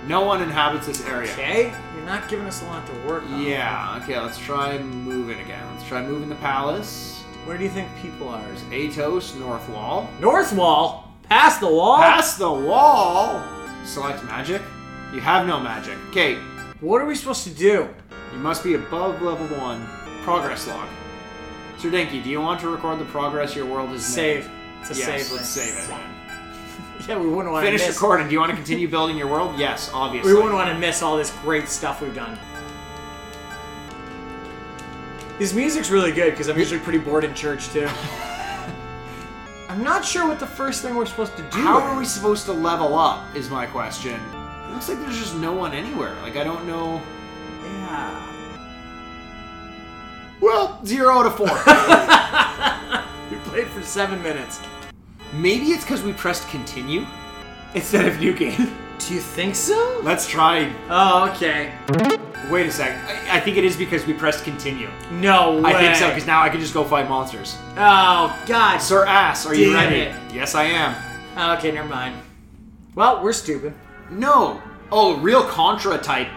S2: No one inhabits this area.
S1: Okay, you're not giving us a lot to work on.
S2: Yeah, okay, let's try moving again. Let's try moving the palace.
S1: Where do you think people are? Is it
S2: Atos, north wall.
S1: North wall, past the wall.
S2: Past the wall! Select magic. You have no magic. Okay,
S1: What are we supposed to do?
S2: you must be above level one. Progress log. Sir Denki, do you want to record the progress your world has made?
S1: Save. It's a
S2: Yes,
S1: save.
S2: let's
S1: list.
S2: save it. then.
S1: *laughs* Yeah, we wouldn't want
S2: Finish
S1: to miss.
S2: recording. Do you want to continue building your world? Yes, obviously.
S1: We wouldn't want to miss all this great stuff we've done. This music's really good because I'm usually pretty bored in church too. *laughs* I'm not sure what the first thing we're supposed to do.
S2: How
S1: is.
S2: are we supposed to level up? Is my question. It looks like there's just no one anywhere. Like I don't know.
S1: Yeah.
S2: Well, zero out
S1: *laughs*
S2: of four.
S1: We played for seven minutes.
S2: Maybe it's because we pressed continue instead of new game.
S1: Do you think so?
S2: Let's try.
S1: Oh, okay.
S2: Wait a sec. I, I think it is because we pressed continue.
S1: No way.
S2: I think so because now I can just go fight monsters.
S1: Oh God.
S2: Sir Ass, are you
S1: Damn
S2: ready?
S1: it.
S2: Yes, I am.
S1: Okay, never mind. Well, we're stupid.
S2: No. Oh, real Contra type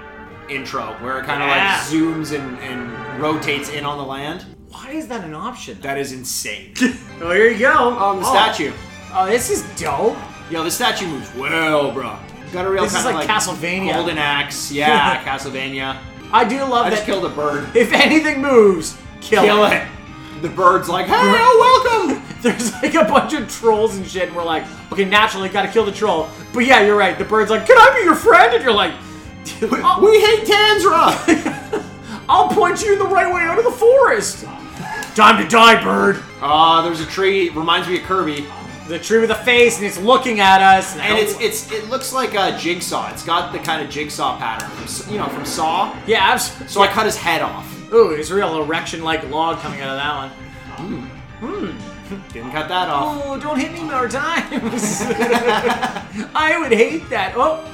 S2: intro where it kind of
S1: Yeah.
S2: like zooms and, and rotates in on the land.
S1: Why is that an option?
S2: That
S1: *laughs*
S2: is insane.
S1: oh, here you go.
S2: On the
S1: Oh.
S2: statue.
S1: Oh, this is dope.
S2: Yo, the statue moves well, bro. Got a real
S1: This is
S2: kinda
S1: like Castlevania. *laughs*
S2: Golden Axe, yeah, Castlevania.
S1: I do love
S2: I
S1: that.
S2: just killed a bird.
S1: If anything moves, kill,
S2: Kill
S1: it.
S2: it. The bird's like, hey, oh, welcome.
S1: *laughs* There's like a bunch of trolls and shit, and we're like, okay, naturally, gotta kill the troll. But yeah, you're right. The bird's like, can I be your friend? And you're like, *laughs* I'll,
S2: We hate Tanzra. *laughs*
S1: I'll point you the right way out of the forest. Time to die, bird.
S2: Ah, there's a tree. It reminds me of Kirby,
S1: The tree with a face, and it's looking at us. I
S2: and
S1: don't-
S2: it's it's it looks like a jigsaw. It's got the kind of jigsaw pattern, from, S- you know, from Saw.
S1: yeah, absolutely.
S2: So I cut his head off.
S1: Ooh, it's a real erection-like log coming out of that one.
S2: Didn't cut that off.
S1: Oh, don't hit me more times. *laughs* I would hate that. Oh,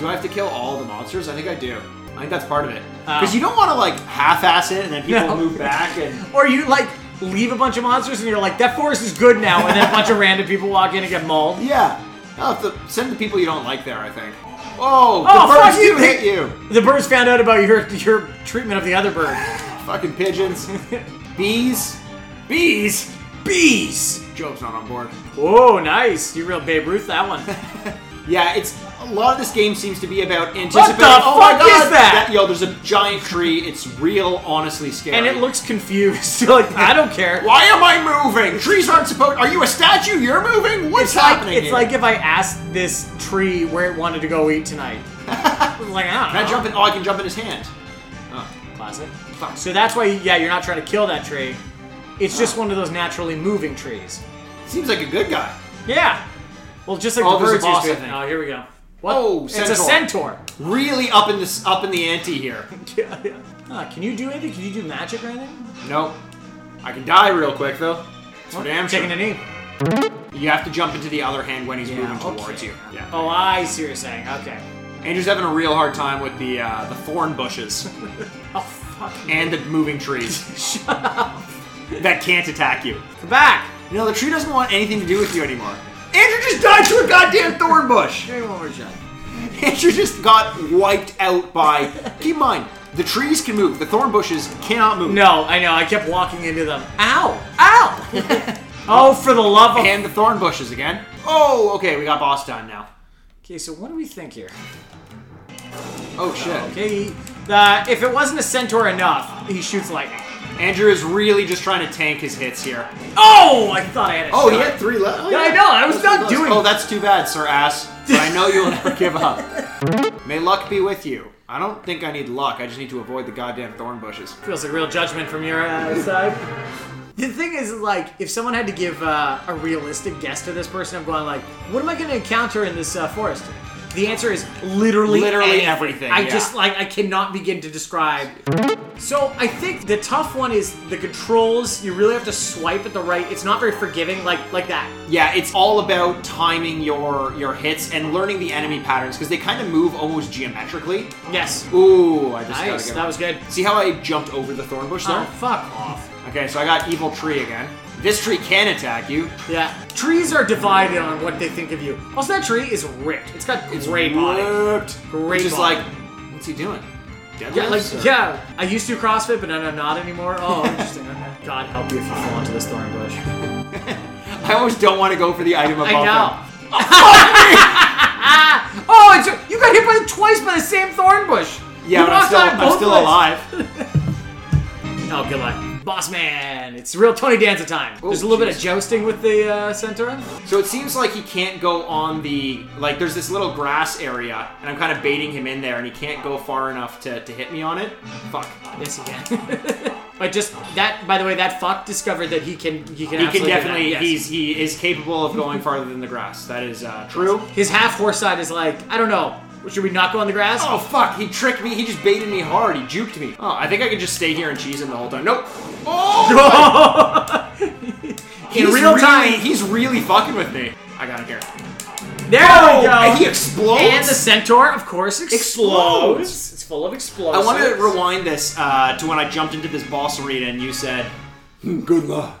S2: Do I have to kill all the monsters? I think I do. I think that's part of it.
S1: Ah.
S2: Because you don't want to like half-ass it and then people
S1: No.
S2: move back
S1: *laughs*
S2: and
S1: or you like leave a bunch of monsters and you're like, that forest is good now, and then a bunch of random people walk in and get mauled.
S2: Yeah. I'll have to send the people you don't like there, I think. Oh, the
S1: Oh,
S2: birds
S1: fuck you,
S2: do
S1: pig-
S2: hit you.
S1: The birds found out about your your treatment of the other bird.
S2: Fucking
S1: *laughs*
S2: pigeons. Bees.
S1: Bees, bees.
S2: Job's not on board.
S1: Oh, nice! You real Babe Ruth that
S2: *laughs*
S1: one.
S2: Yeah, it's a lot of this game seems to be about anticipating.
S1: the
S2: oh my
S1: fuck
S2: God,
S1: is that?
S2: Yo, there's a giant tree. It's real, honestly scary.
S1: and it looks confused. *laughs* like I don't care.
S2: Why am I moving? Trees aren't supposed. Are you a statue? You're moving. What's
S1: It's like
S2: happening?
S1: it's
S2: here?
S1: like if I asked this tree where it wanted to go eat
S2: *laughs*
S1: tonight. like I don't know.
S2: Can I jump in? Oh, I can jump in his hand.
S1: Classic. So that's why, yeah, you're not trying to kill that tree. It's just one of those naturally moving trees.
S2: Seems like a good guy.
S1: Yeah. Well, just like
S2: Oh,
S1: the
S2: there's
S1: birds
S2: a
S1: used
S2: boss,
S1: to.
S2: I think.
S1: Oh, here we go. What?
S2: Oh,
S1: it's a centaur.
S2: Really up in this, up in the ante here.
S1: *laughs* yeah, yeah. Ah, can you do anything? Can you do magic or anything?
S2: Nope. I can die real quick though. It's for damn sure.
S1: Oh, Taking a knee.
S2: You have to jump into the other hand when he's
S1: Yeah,
S2: moving
S1: okay.
S2: towards you. Yeah.
S1: Oh, I see what you're saying. Okay.
S2: Andrew's having a real hard time with the uh, the thorn bushes
S1: Oh,
S2: and the moving trees. *laughs* Shut up. That can't attack you. Come back. You know the tree doesn't want anything to do with you anymore. Andrew just died to a goddamn thorn bush.
S1: Give me one more shot.
S2: *laughs* Andrew just got wiped out by. Keep in mind, the trees can move. The thorn bushes cannot move.
S1: No, I know. I kept walking into them. Ow!
S2: *laughs* Ow!
S1: Oh, for the love of.
S2: and the thorn bushes again. Oh, okay. We got boss down now.
S1: Okay, so what do we think here?
S2: Oh shit.
S1: Okay, the, if it wasn't a centaur enough, he shoots lightning.
S2: Andrew is really just trying to tank his hits here.
S1: Oh, I thought I had a
S2: Oh,
S1: shot.
S2: he had three left. Oh,
S1: Yeah, I know, I was
S2: That's pretty
S1: not
S2: close.
S1: doing-
S2: Oh, that's too bad, sir ass. But I know you'll never give *laughs* up. May luck be with you. I don't think I need luck. I just need to avoid the goddamn thorn bushes.
S1: Feels like real judgment from your uh, side. The thing is, like, if someone had to give uh, a realistic guess to this person, I'm going like, what am I going to encounter in this uh, forest? The answer is literally,
S2: Literally
S1: anything.
S2: everything,
S1: I
S2: yeah.
S1: just like I cannot begin to describe. So I think the tough one is the controls. You really have to swipe at the right. It's not very forgiving, like like that.
S2: Yeah, it's all about timing your your hits and learning the enemy patterns because they kind of move almost geometrically.
S1: Yes.
S2: Ooh, I just
S1: Nice.
S2: gotta
S1: That
S2: go.
S1: was good.
S2: See how I jumped over the thorn bush there?
S1: Oh, fuck off.
S2: Okay, so I got evil tree again. This tree can attack you.
S1: Yeah. Trees are divided on what they think of you. Also, that tree is ripped. It's got
S2: It's
S1: gray body.
S2: ripped.
S1: Great
S2: Which is
S1: body.
S2: like, what's he doing? Deadlifts?
S1: Yeah, like
S2: or-
S1: yeah. I used to CrossFit, but I'm not anymore. Oh, interesting. Okay. *laughs* God help you if you fall into this thorn bush.
S2: I always don't want to go for the item above
S1: I
S2: him.
S1: know. *laughs* oh, it's, you got hit by twice by the same thorn bush.
S2: Yeah,
S1: you
S2: but I'm
S1: knocked
S2: still,
S1: out
S2: I'm
S1: both ways.
S2: still
S1: *laughs*
S2: alive.
S1: Oh, good luck, boss man. It's real Tony Danza time. There's a little bit of
S2: Oh, jeez.
S1: jousting with the uh, centaur.
S2: So it seems like he can't go on the like. There's this little grass area, and I'm kind of baiting him in there, and he can't go far enough to, to hit me on it. Fuck.
S1: Yes, you can. *laughs* but just that. By the way, that fuck discovered that he can. He can.
S2: He can
S1: absolutely do that.
S2: definitely.
S1: Yes.
S2: He's he is capable of going farther than the grass. That is uh, true.
S1: his half horse side is like I don't know. Should we not go on the grass? *laughs*
S2: Oh fuck! He tricked me. He just baited me hard. He juked me. Oh, I think I could just stay here and cheese him the whole time. Nope. Oh.
S1: In
S2: He's
S1: real
S2: really-
S1: time.
S2: he's really fucking with me. I got him here.
S1: There we go.
S2: and he explodes.
S1: And the centaur, of course, explodes.
S2: Explodes.
S1: It's full of explosives.
S2: I want to rewind this uh, to when I jumped into this boss arena and you said, "Hmm, "Good luck."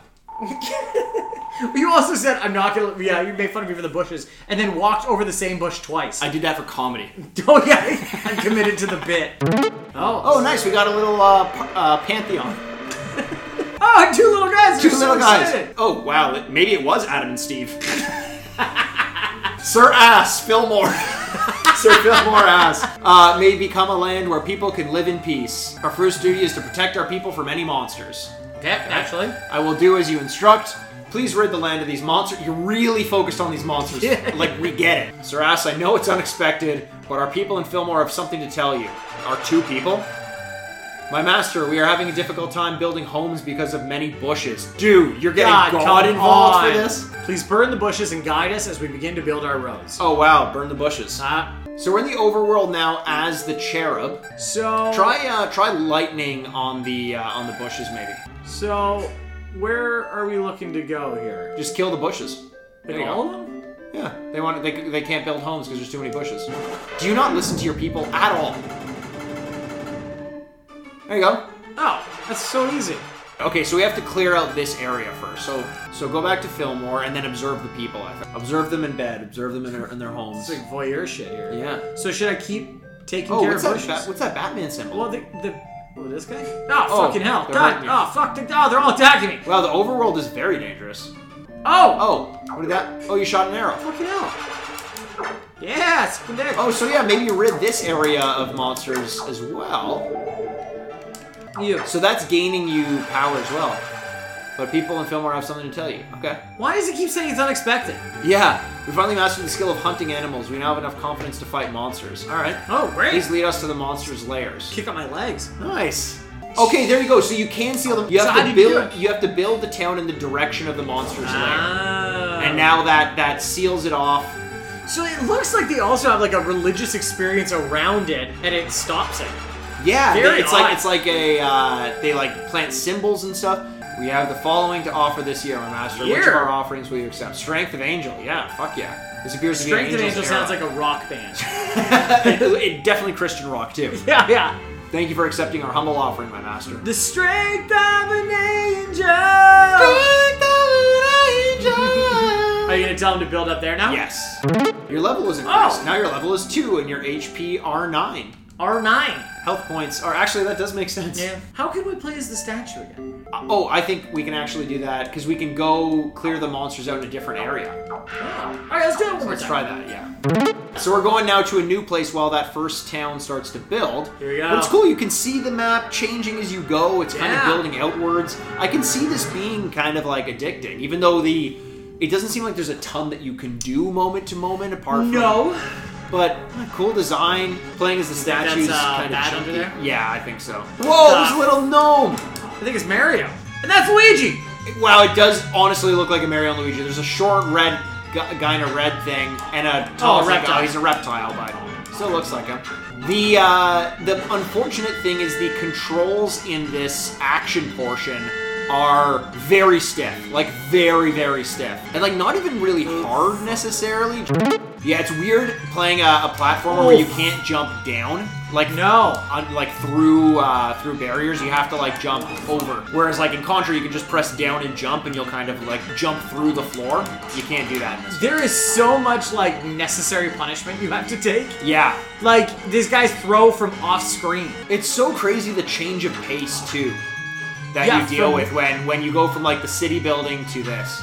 S1: You also said, "I'm not gonna." Yeah, you made fun of me for the bushes, and then walked over the same bush twice.
S2: I did that for comedy.
S1: *laughs* oh yeah, I'm committed to the bit. Oh,
S2: Oh, nice! We got a little uh, p- uh, pantheon.
S1: oh, oh, two little guys.
S2: Two
S1: I'm
S2: little
S1: so
S2: guys.
S1: excited.
S2: Oh wow! it- Maybe it was Adam and *laughs* Steve. Sir Ass Fillmore. *laughs* Sir Fillmore Ass uh, may become a land where people can live in peace. Our first duty is to protect our people from any monsters.
S1: Yep, actually.
S2: I will do as you instruct. Please rid the land of these monsters. You're really focused on these monsters. like, we get it. Saras, I know it's unexpected, but our people in Fillmore have something to tell you. Our two people? My master, we are having a difficult time building homes because of many bushes. Dude, you're getting
S1: God,
S2: God,
S1: come
S2: involved for
S1: on.
S2: this?
S1: Please burn the bushes and guide us as we begin to build our roads.
S2: Oh, wow, burn the bushes.
S1: Uh,
S2: So we're in the overworld now as the cherub.
S1: so
S2: Try uh, try lightning on the uh, on the bushes, maybe.
S1: So, where are we looking to go here?
S2: Just kill the bushes. There
S1: Like
S2: you go.
S1: all of them?
S2: Yeah, they want they, they can't build homes because there's too many bushes. Do you not listen to your people at all? There you go.
S1: Oh, that's so easy.
S2: Okay, so we have to clear out this area first. So so go back to Fillmore and then observe the people. I think. Observe them in bed. Observe them in their in their homes.
S1: It's like voyeur shit here.
S2: Yeah.
S1: So should I keep taking
S2: Oh,
S1: care
S2: what's
S1: of
S2: that,
S1: bushes?
S2: Bat- what's that Batman symbol?
S1: well, the the oh, this guy? Oh,
S2: Oh,
S1: fucking hell!
S2: they're
S1: God!
S2: hurting you.
S1: Oh, fuck! The, oh, they're all attacking me!
S2: wow, the overworld is very dangerous.
S1: Oh,
S2: Oh, what did that? Oh, you shot an arrow.
S1: fucking hell! Yes, from there.
S2: Oh, so yeah, maybe you rid this area of monsters as well.
S1: you.
S2: So that's gaining you power as well. But people in Fillmore have something to tell you. Okay.
S1: Why does he keep saying it's unexpected?
S2: Yeah, we finally mastered the skill of hunting animals. We now have enough confidence to fight monsters. All right.
S1: Oh, great!
S2: These lead us to the monsters' lairs.
S1: Kick up my legs.
S2: Nice. Okay, there you go. So you can seal them. You
S1: So
S2: have
S1: how
S2: to
S1: did you do
S2: build.
S1: it?
S2: You, have to build the town in the direction of the monsters' lair.
S1: Ah.
S2: And now that that seals it off.
S1: So it looks like they also have like a religious experience around it, and it stops it.
S2: Yeah, they-
S1: Very
S2: it's like
S1: odd.
S2: it's like a uh, they like plant symbols and stuff. We have the following to offer this year, my master. Which of
S1: Year?
S2: our offerings will you accept? Strength of angel. Yeah, fuck yeah. This appears to be
S1: Strength
S2: an
S1: and
S2: Angels
S1: Angel
S2: era.
S1: sounds like a rock band.
S2: *laughs* it, it definitely Christian rock too.
S1: yeah, yeah.
S2: Thank you for accepting our humble offering, my master.
S1: The strength of an angel. Strength of an angel. Are you gonna tell him to build up there now?
S2: Yes. Your level is
S1: Oh.
S2: increased. Now your level is two, and your HP are nine.
S1: R nine.
S2: Health points are actually that does make sense.
S1: Yeah. How can we play as the statue again?
S2: Uh, Oh, I think we can actually do that because we can go clear the monsters out in a different area.
S1: Wow. All right, let's do it one more
S2: Let's
S1: time.
S2: try that. Yeah. So we're going now to a new place while that first town starts to build.
S1: Here we go.
S2: But it's cool. You can see the map changing as you go. It's kind
S1: Yeah.
S2: of building outwards. I can see this being kind of like addicting, even though the it doesn't seem like there's a ton that you can do moment to moment apart from
S1: No.
S2: But cool design, playing as the
S1: that's,
S2: statues,
S1: uh,
S2: kind
S1: that
S2: of
S1: under
S2: chunky.
S1: there?
S2: Yeah, I think so. Whoa,
S1: Uh,
S2: there's a little gnome.
S1: I think it's Mario. And that's Luigi.
S2: Wow, it does honestly look like a Mario and Luigi. There's a short red gu- guy in a red thing and a tall guy-
S1: Oh, reptile.
S2: He's a reptile, but still looks like him. The uh, the unfortunate thing is the controls in this action portion are very stiff, like very very stiff, and like not even really hard necessarily. Yeah, it's weird playing a, a platformer where you
S1: Oof.
S2: can't jump down. Like
S1: No.
S2: on, like through uh, through barriers, you have to like jump over. Whereas like in Contra, you can just press down and jump, and you'll kind of like jump through the floor. You can't do that in this.
S1: There is so much like necessary punishment you have to take.
S2: Yeah,
S1: Like this guy's throw from off screen.
S2: it's so crazy the change of pace too that
S1: Yeah,
S2: you deal
S1: from-
S2: with when when you go from like the city building to this.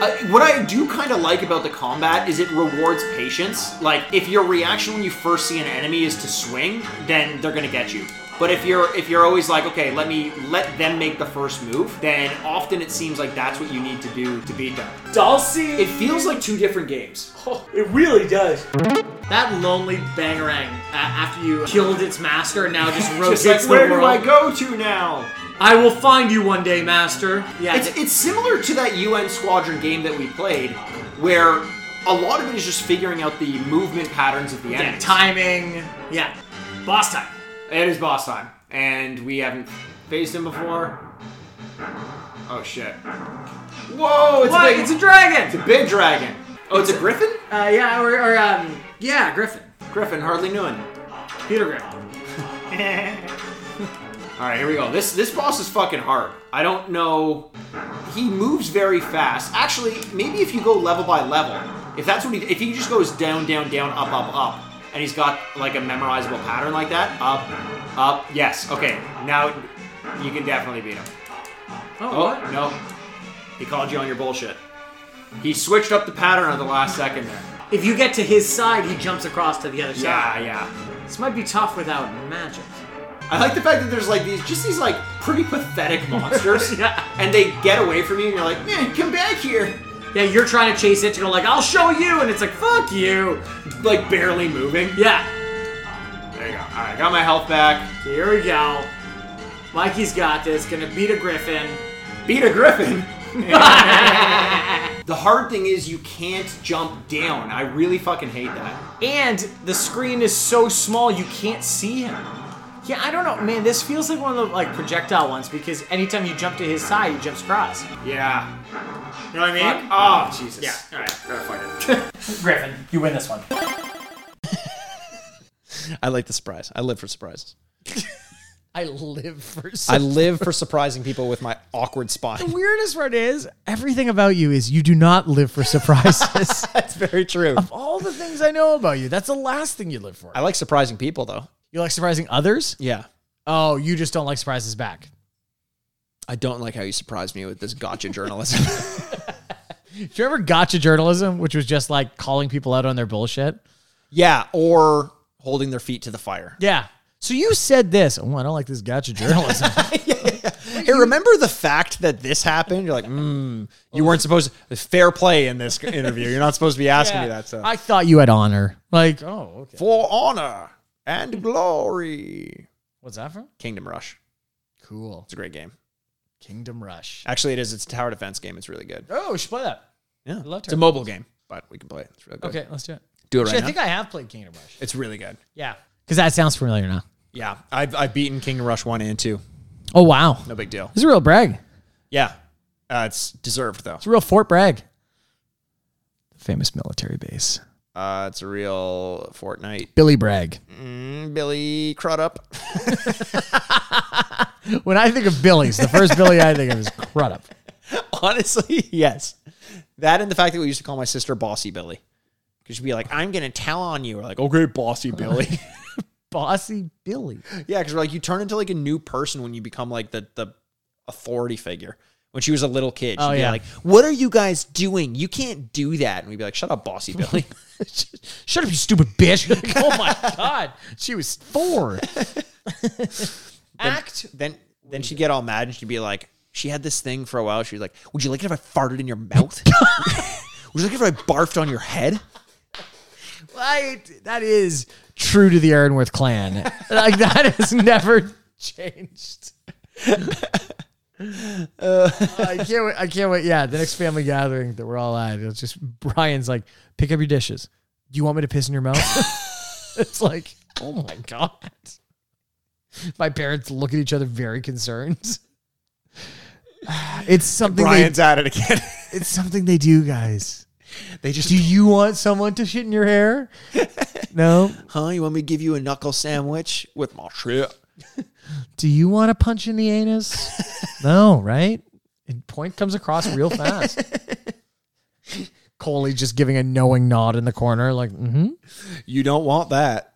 S2: Uh, what I do kind of like about the combat is it rewards patience. Like if your reaction when you first see an enemy is to swing, then they're gonna get you. But if you're if you're always like, okay, let me let them make the first move, then often it seems like that's what you need to do to beat them.
S1: Dulcie.
S2: It feels like two different games.
S1: *laughs* it really does. That lonely bangarang uh, after you killed its master and now *laughs* just rotates
S2: Just like,
S1: the
S2: where
S1: world.
S2: do I go to now?
S1: I will find you one day, master. Yeah.
S2: It's,
S1: th-
S2: it's similar to that UN Squadron game that we played, where a lot of it is just figuring out the movement patterns of the
S1: yeah,
S2: enemy.
S1: timing. Yeah. Boss time.
S2: It is boss time, and we haven't phased him before. Oh shit! Whoa! It's
S1: What?
S2: a big.
S1: It's a dragon.
S2: a big dragon. Oh, it's, a griffin.
S1: Uh, yeah, or, or um, yeah, Griffin.
S2: Griffin, hardly knew him.
S1: Peter Griffin.
S2: All right, here we go. This this boss is fucking hard. I don't know. He moves very fast. Actually, maybe if you go level by level, if that's what he, if he just goes down, down, down, up, up, up, and he's got like a memorizable pattern like that, up, up. Yes. Okay. Now you can definitely beat him.
S1: Oh,
S2: Oh
S1: what?
S2: no, he called you on your bullshit. He switched up the pattern at the last second there.
S1: If you get to his side, he jumps across to the other
S2: Yeah, yeah.
S1: side. This might be tough without magic.
S2: I like the fact that there's like these, just these like pretty
S1: *laughs*
S2: pathetic monsters,
S1: Yeah.
S2: and they get away from you, and you're like, man, come back here.
S1: Yeah, you're trying to chase it to go like, I'll show you, and it's like, fuck you.
S2: like barely moving.
S1: Yeah.
S2: There you go. All right, got my health back.
S1: Here we go. Mikey's got this. Gonna beat a Griffin.
S2: Beat
S1: *laughs*
S2: a griffin. the hard thing is you can't jump down. I really fucking hate that.
S1: And the screen is so small you can't see him. Yeah, I don't know, man. This feels like one of the like projectile ones because anytime you jump to his side, he jumps across. You
S2: Yeah.
S1: know what I mean?
S2: Fuck. Oh Jesus.
S1: Yeah. All right.
S2: Oh, fuck it.
S1: Griffin, you win this one.
S3: I like the surprise. I live for surprises.
S4: I live for.
S3: I live for surprising people with my
S1: *laughs*
S3: awkward spine.
S4: weirdest part is everything about you is you do not live for *laughs* surprises.
S3: That's very true.
S4: All the things I know about you, that's the last thing you live for.
S3: I like surprising people though.
S4: You like surprising others?
S3: Yeah.
S4: Oh, you just don't like surprises back.
S3: I don't like how you surprised me with this gotcha journalism.
S4: Did you ever gotcha journalism, which was just like calling people out on their bullshit?
S3: yeah, or holding their feet to
S4: *laughs*
S3: the fire.
S4: Yeah. So you said this. Oh, I don't like this *laughs* gotcha journalism.
S3: Hey, remember the fact that this happened? You're like, mm, you weren't supposed to fair play in this interview. You're not supposed to be asking me that stuff.
S4: I thought you had honor. Like, oh, okay.
S3: For honor and glory.
S4: What's that from?
S3: Kingdom Rush.
S4: Cool.
S3: It's a great game.
S4: Kingdom Rush.
S3: Actually, it is. It's a tower defense game. It's really good.
S4: Oh, we should play that.
S3: Yeah.
S4: love
S3: it's a mobile game, but we can play it. It's really good.
S4: Okay, let's do it.
S3: Do it right
S4: Actually, I
S3: now.
S4: think I have played Kingdom Rush.
S3: it's really good.
S4: Yeah. Because that sounds familiar now.
S3: Yeah. I've, I've beaten Kingdom Rush 1 and 2.
S4: Oh, wow.
S3: No big deal.
S4: This is a real brag.
S3: Yeah. Uh, it's deserved, though.
S4: It's a real Fort Bragg.
S1: Famous military base.
S2: Uh, it's a real Fortnite.
S1: Billy Bragg.
S2: Mm, Billy Crudup.
S1: When I think of Billy's, the first Billy I think of is Crudup.
S2: *laughs* Honestly, yes. That and the fact that we used to call my sister Bossy Billy. Because she'd be like, I'm going to tell on you. We're like, "Oh, okay, Bossy *laughs* Billy.
S1: Bossy Billy. *laughs*
S2: yeah, because we're like, you turn into like a new person when you become like the, the authority figure. When she was a little kid, she'd
S1: Oh,
S2: be
S1: yeah.
S2: like, what are you guys doing? You can't do that. And we'd be like, shut
S1: *laughs*
S2: up, Bossy Billy.
S1: Shut up, you stupid bitch. *laughs* oh my God. She was four.
S2: Act. Then then she'd get all mad and she'd be like, she had this thing for a while. She was like, would you like it if I farted in
S1: *laughs*
S2: your mouth? would you like it if I barfed on your head?
S1: Right. That is true to the Ironworth clan. *laughs* Like, that has never changed. I can't wait. I can't wait. Yeah, the next family gathering that we're all at, it's just Brian's like, pick up your dishes. Do you want me to piss in your mouth? *laughs* it's like, oh my God. My parents look at each other very concerned. *sighs* It's something they
S2: at it again. *laughs*
S1: It's something they do, guys.
S2: they just
S1: Do you want someone to shit in your *laughs* hair? No.
S2: Huh? You want me to give you a knuckle sandwich with my shit?
S1: Do you want a punch in the anus? No, right? And point comes across real fast. *laughs* Coley just giving a knowing nod in the corner, like, mm-hmm.
S2: You don't want *laughs* that.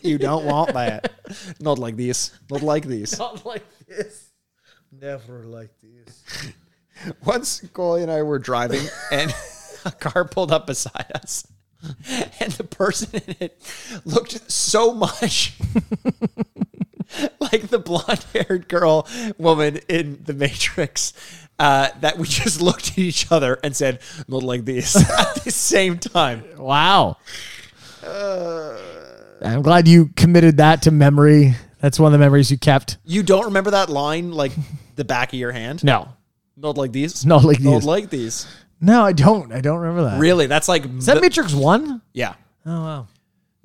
S2: you don't want that. Not like this. Not like this.
S1: Not like this.
S5: Never like this.
S2: *laughs* Once Coley and I were driving and *laughs* a car pulled up beside us. And the person in it looked so much like the blonde haired girl woman in The Matrix uh, that we just looked at each other and said, not like this *laughs* at the same time.
S1: Wow. I'm glad you committed that to memory. That's one of the memories you kept.
S2: You don't remember that line like the back of your hand?
S1: No.
S2: Not like these.
S1: Not like
S2: Not
S1: these.
S2: like these.
S1: No, I don't. I don't remember that.
S2: Really? That's like
S1: Is that
S2: the-
S1: Matrix 1?
S2: yeah,
S1: Oh, wow.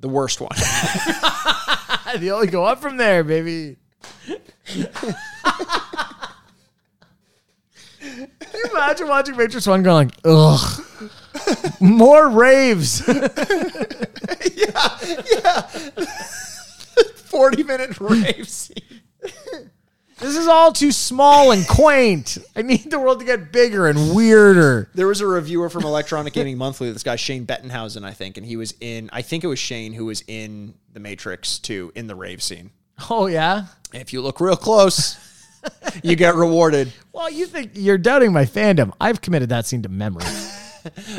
S2: the worst one. *laughs*
S1: They only go up from there, baby. Can you imagine watching Matrix One going like, ugh, more raves? *laughs*
S2: *laughs* 40 minute rave scene.
S1: This is all too small and quaint. I need the world to get bigger and weirder.
S2: There was a reviewer from Electronic Gaming Monthly, this guy Shane Bettenhausen, I think, and he was in I think it was Shane who was in The Matrix 2 in the rave scene.
S1: Oh yeah.
S2: If you look real close, you get rewarded.
S1: Well, you think you're doubting my fandom? I've committed that scene to *laughs* memory.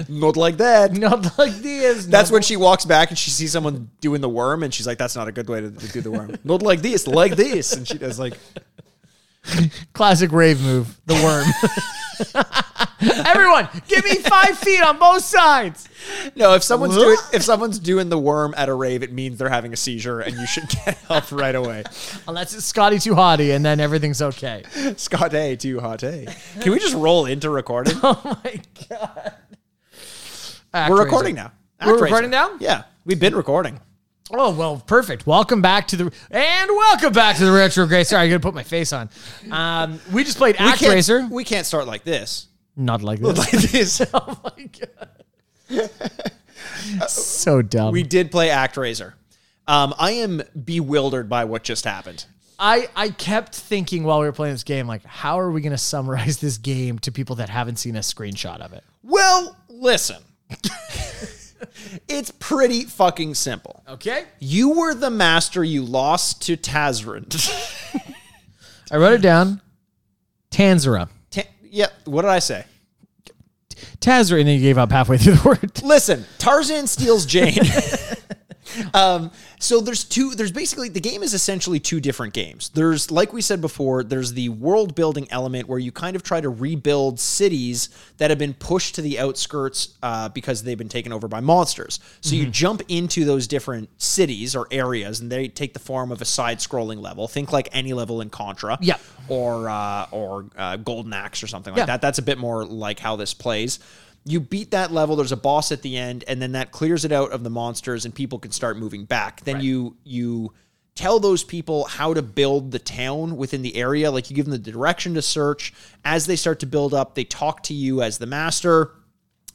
S2: Not like that.
S1: Not like this.
S2: That's when she walks back and she sees someone doing the worm, and she's like, "That's not a good way to do the worm." Not like this, like this, and she does like
S1: classic rave move. The worm. *laughs* Everyone, give me five feet on both sides.
S2: No, if someone's doing if someone's doing the worm at a rave, it means they're having a seizure, and you should get *laughs* help right away.
S1: Unless it's Scotty too hottie, and then everything's okay. *laughs*
S2: Scott A to hot A. *laughs* Can we just roll into recording?
S1: Oh my god.
S2: We're recording now.
S1: We're
S2: Actraiser.
S1: recording now?
S2: Yeah, we've been recording.
S1: Oh well, perfect. Welcome back to the and welcome back to the retro Grey. Sorry, I gotta put my face on. Um, we just played
S2: We
S1: Act
S2: can't- *laughs*
S1: Racer.
S2: We can't start like this.
S1: Not like this.
S2: *laughs* Like this.
S1: oh my god. so dumb.
S2: we did play Act Razor. Um, I am bewildered by what just happened.
S1: I I kept thinking while we were playing this game, like, how are we gonna summarize this game to people that haven't seen a screenshot of it?
S2: Well, listen. *laughs* it's pretty fucking simple.
S1: Okay.
S2: You were the master you lost to Tazrin. *laughs*
S1: I wrote it down. Tanzera.
S2: Ta- yeah, what did I say?
S1: Tazra, and then you gave up halfway through the *laughs* word.
S2: Listen, Tarzan steals Jane. *laughs* um, so there's two. There's basically the game is essentially two different games. There's like we said before. There's the world building element where you kind of try to rebuild cities that have been pushed to the outskirts uh, because they've been taken over by monsters. So you jump into those different cities or areas, and they take the form of a side-scrolling level. Think like any level in Contra,
S1: Yeah.
S2: or uh, or uh, Golden Axe or something like
S1: Yeah.
S2: that that. That's a bit more like how this plays. You beat that level, there's a boss at the end, and then that clears it out of the monsters and people can start moving back. Then you you tell those people how to build the town within the area, like you give them the direction to search. As they start to build up, they talk to you as the master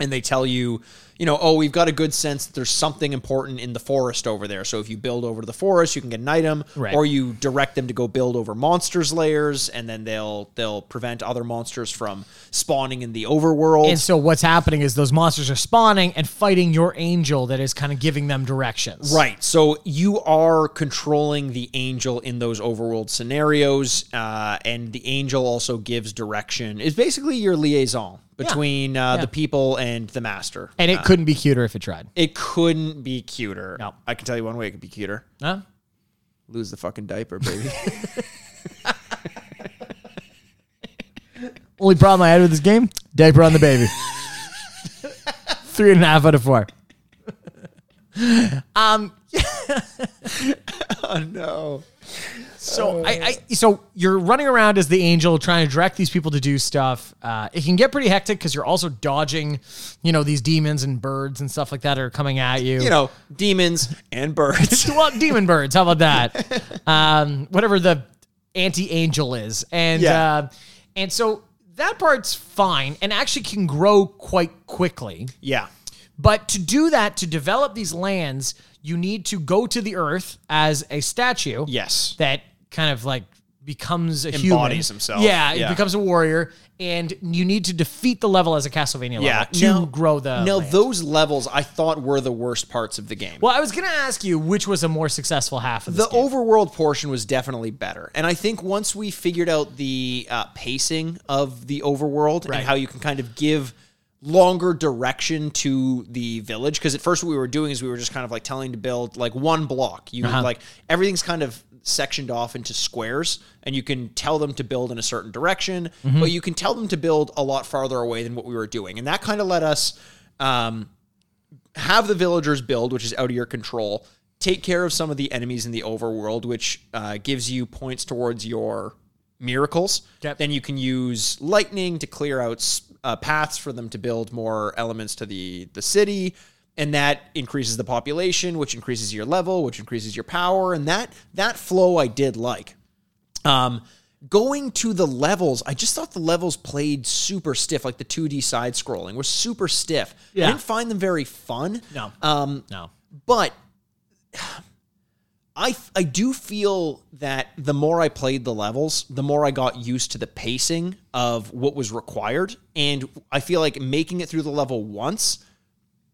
S2: and they tell you, you know, oh, we've got a good sense that there's something important in the forest over there. So if you build over to the forest, you can get an item,
S1: Right.
S2: or you direct them to go build over monsters' layers, and then they'll they'll prevent other monsters from spawning in the overworld.
S1: And so what's happening is those monsters are spawning and fighting your angel that is kind of giving them directions.
S2: Right. So you are controlling the angel in those overworld scenarios, uh, and the angel also gives direction. It's basically your liaison between uh,
S1: Yeah.
S2: the people and the master.
S1: And it couldn't be cuter if it tried.
S2: it couldn't be cuter.
S1: No.
S2: I can tell you one way it could be cuter.
S1: Huh?
S2: Lose the fucking
S1: *laughs*
S2: diaper, baby.
S1: Only problem I had with this game, diaper on the baby. *laughs* Three and a half out of four. *laughs* Um *laughs*
S2: oh no.
S1: so I, I so you're running around as the angel trying to direct these people to do stuff. Uh, it can get pretty hectic because you're also dodging, you know, these demons and birds and stuff like that are coming at you.
S2: You know, demons
S1: *laughs*
S2: and birds.
S1: well, demon birds. How about
S2: *laughs*
S1: that? Um, whatever the anti angel is, and
S2: Yeah.
S1: uh, and so that part's fine, and actually can grow quite quickly.
S2: yeah.
S1: But to do that, to develop these lands, you need to go to the earth as a statue.
S2: Yes.
S1: that kind of like becomes a
S2: Embodies
S1: human.
S2: himself.
S1: Yeah, it
S2: Yeah.
S1: becomes a warrior, and you need to defeat the level as a Castlevania
S2: Yeah.
S1: level to
S2: Now-
S1: grow the.
S2: Now
S1: land.
S2: those levels I thought were the worst parts of the game.
S1: Well, I was gonna ask you which was a more successful half of this
S2: the
S1: game.
S2: overworld portion was definitely better and i think once we figured out the uh, pacing of the overworld
S1: Right.
S2: and how you can kind of give longer direction to the village because at first what we were doing is we were just kind of like telling to build like one block you
S1: Uh-huh.
S2: like everything's kind of sectioned off into squares and you can tell them to build in a certain direction
S1: Mm-hmm.
S2: but you can tell them to build a lot farther away than what we were doing and that kind of let us um, have the villagers build, which is out of your control. Take care of some of the enemies in the overworld, which uh, gives you points towards your miracles.
S1: Yep.
S2: Then you can use lightning to clear out s- uh, paths for them to build more elements to the the city, and that increases the population, which increases your level, which increases your power, and that that flow I did like. Um, going to the levels, I just thought the levels played super stiff. Like the 2D side scrolling was super stiff.
S1: Yeah.
S2: I didn't find them very fun.
S1: No.
S2: Um,
S1: no.
S2: but I I do feel that the more I played the levels, the more I got used to the pacing of what was required, and I feel like making it through the level once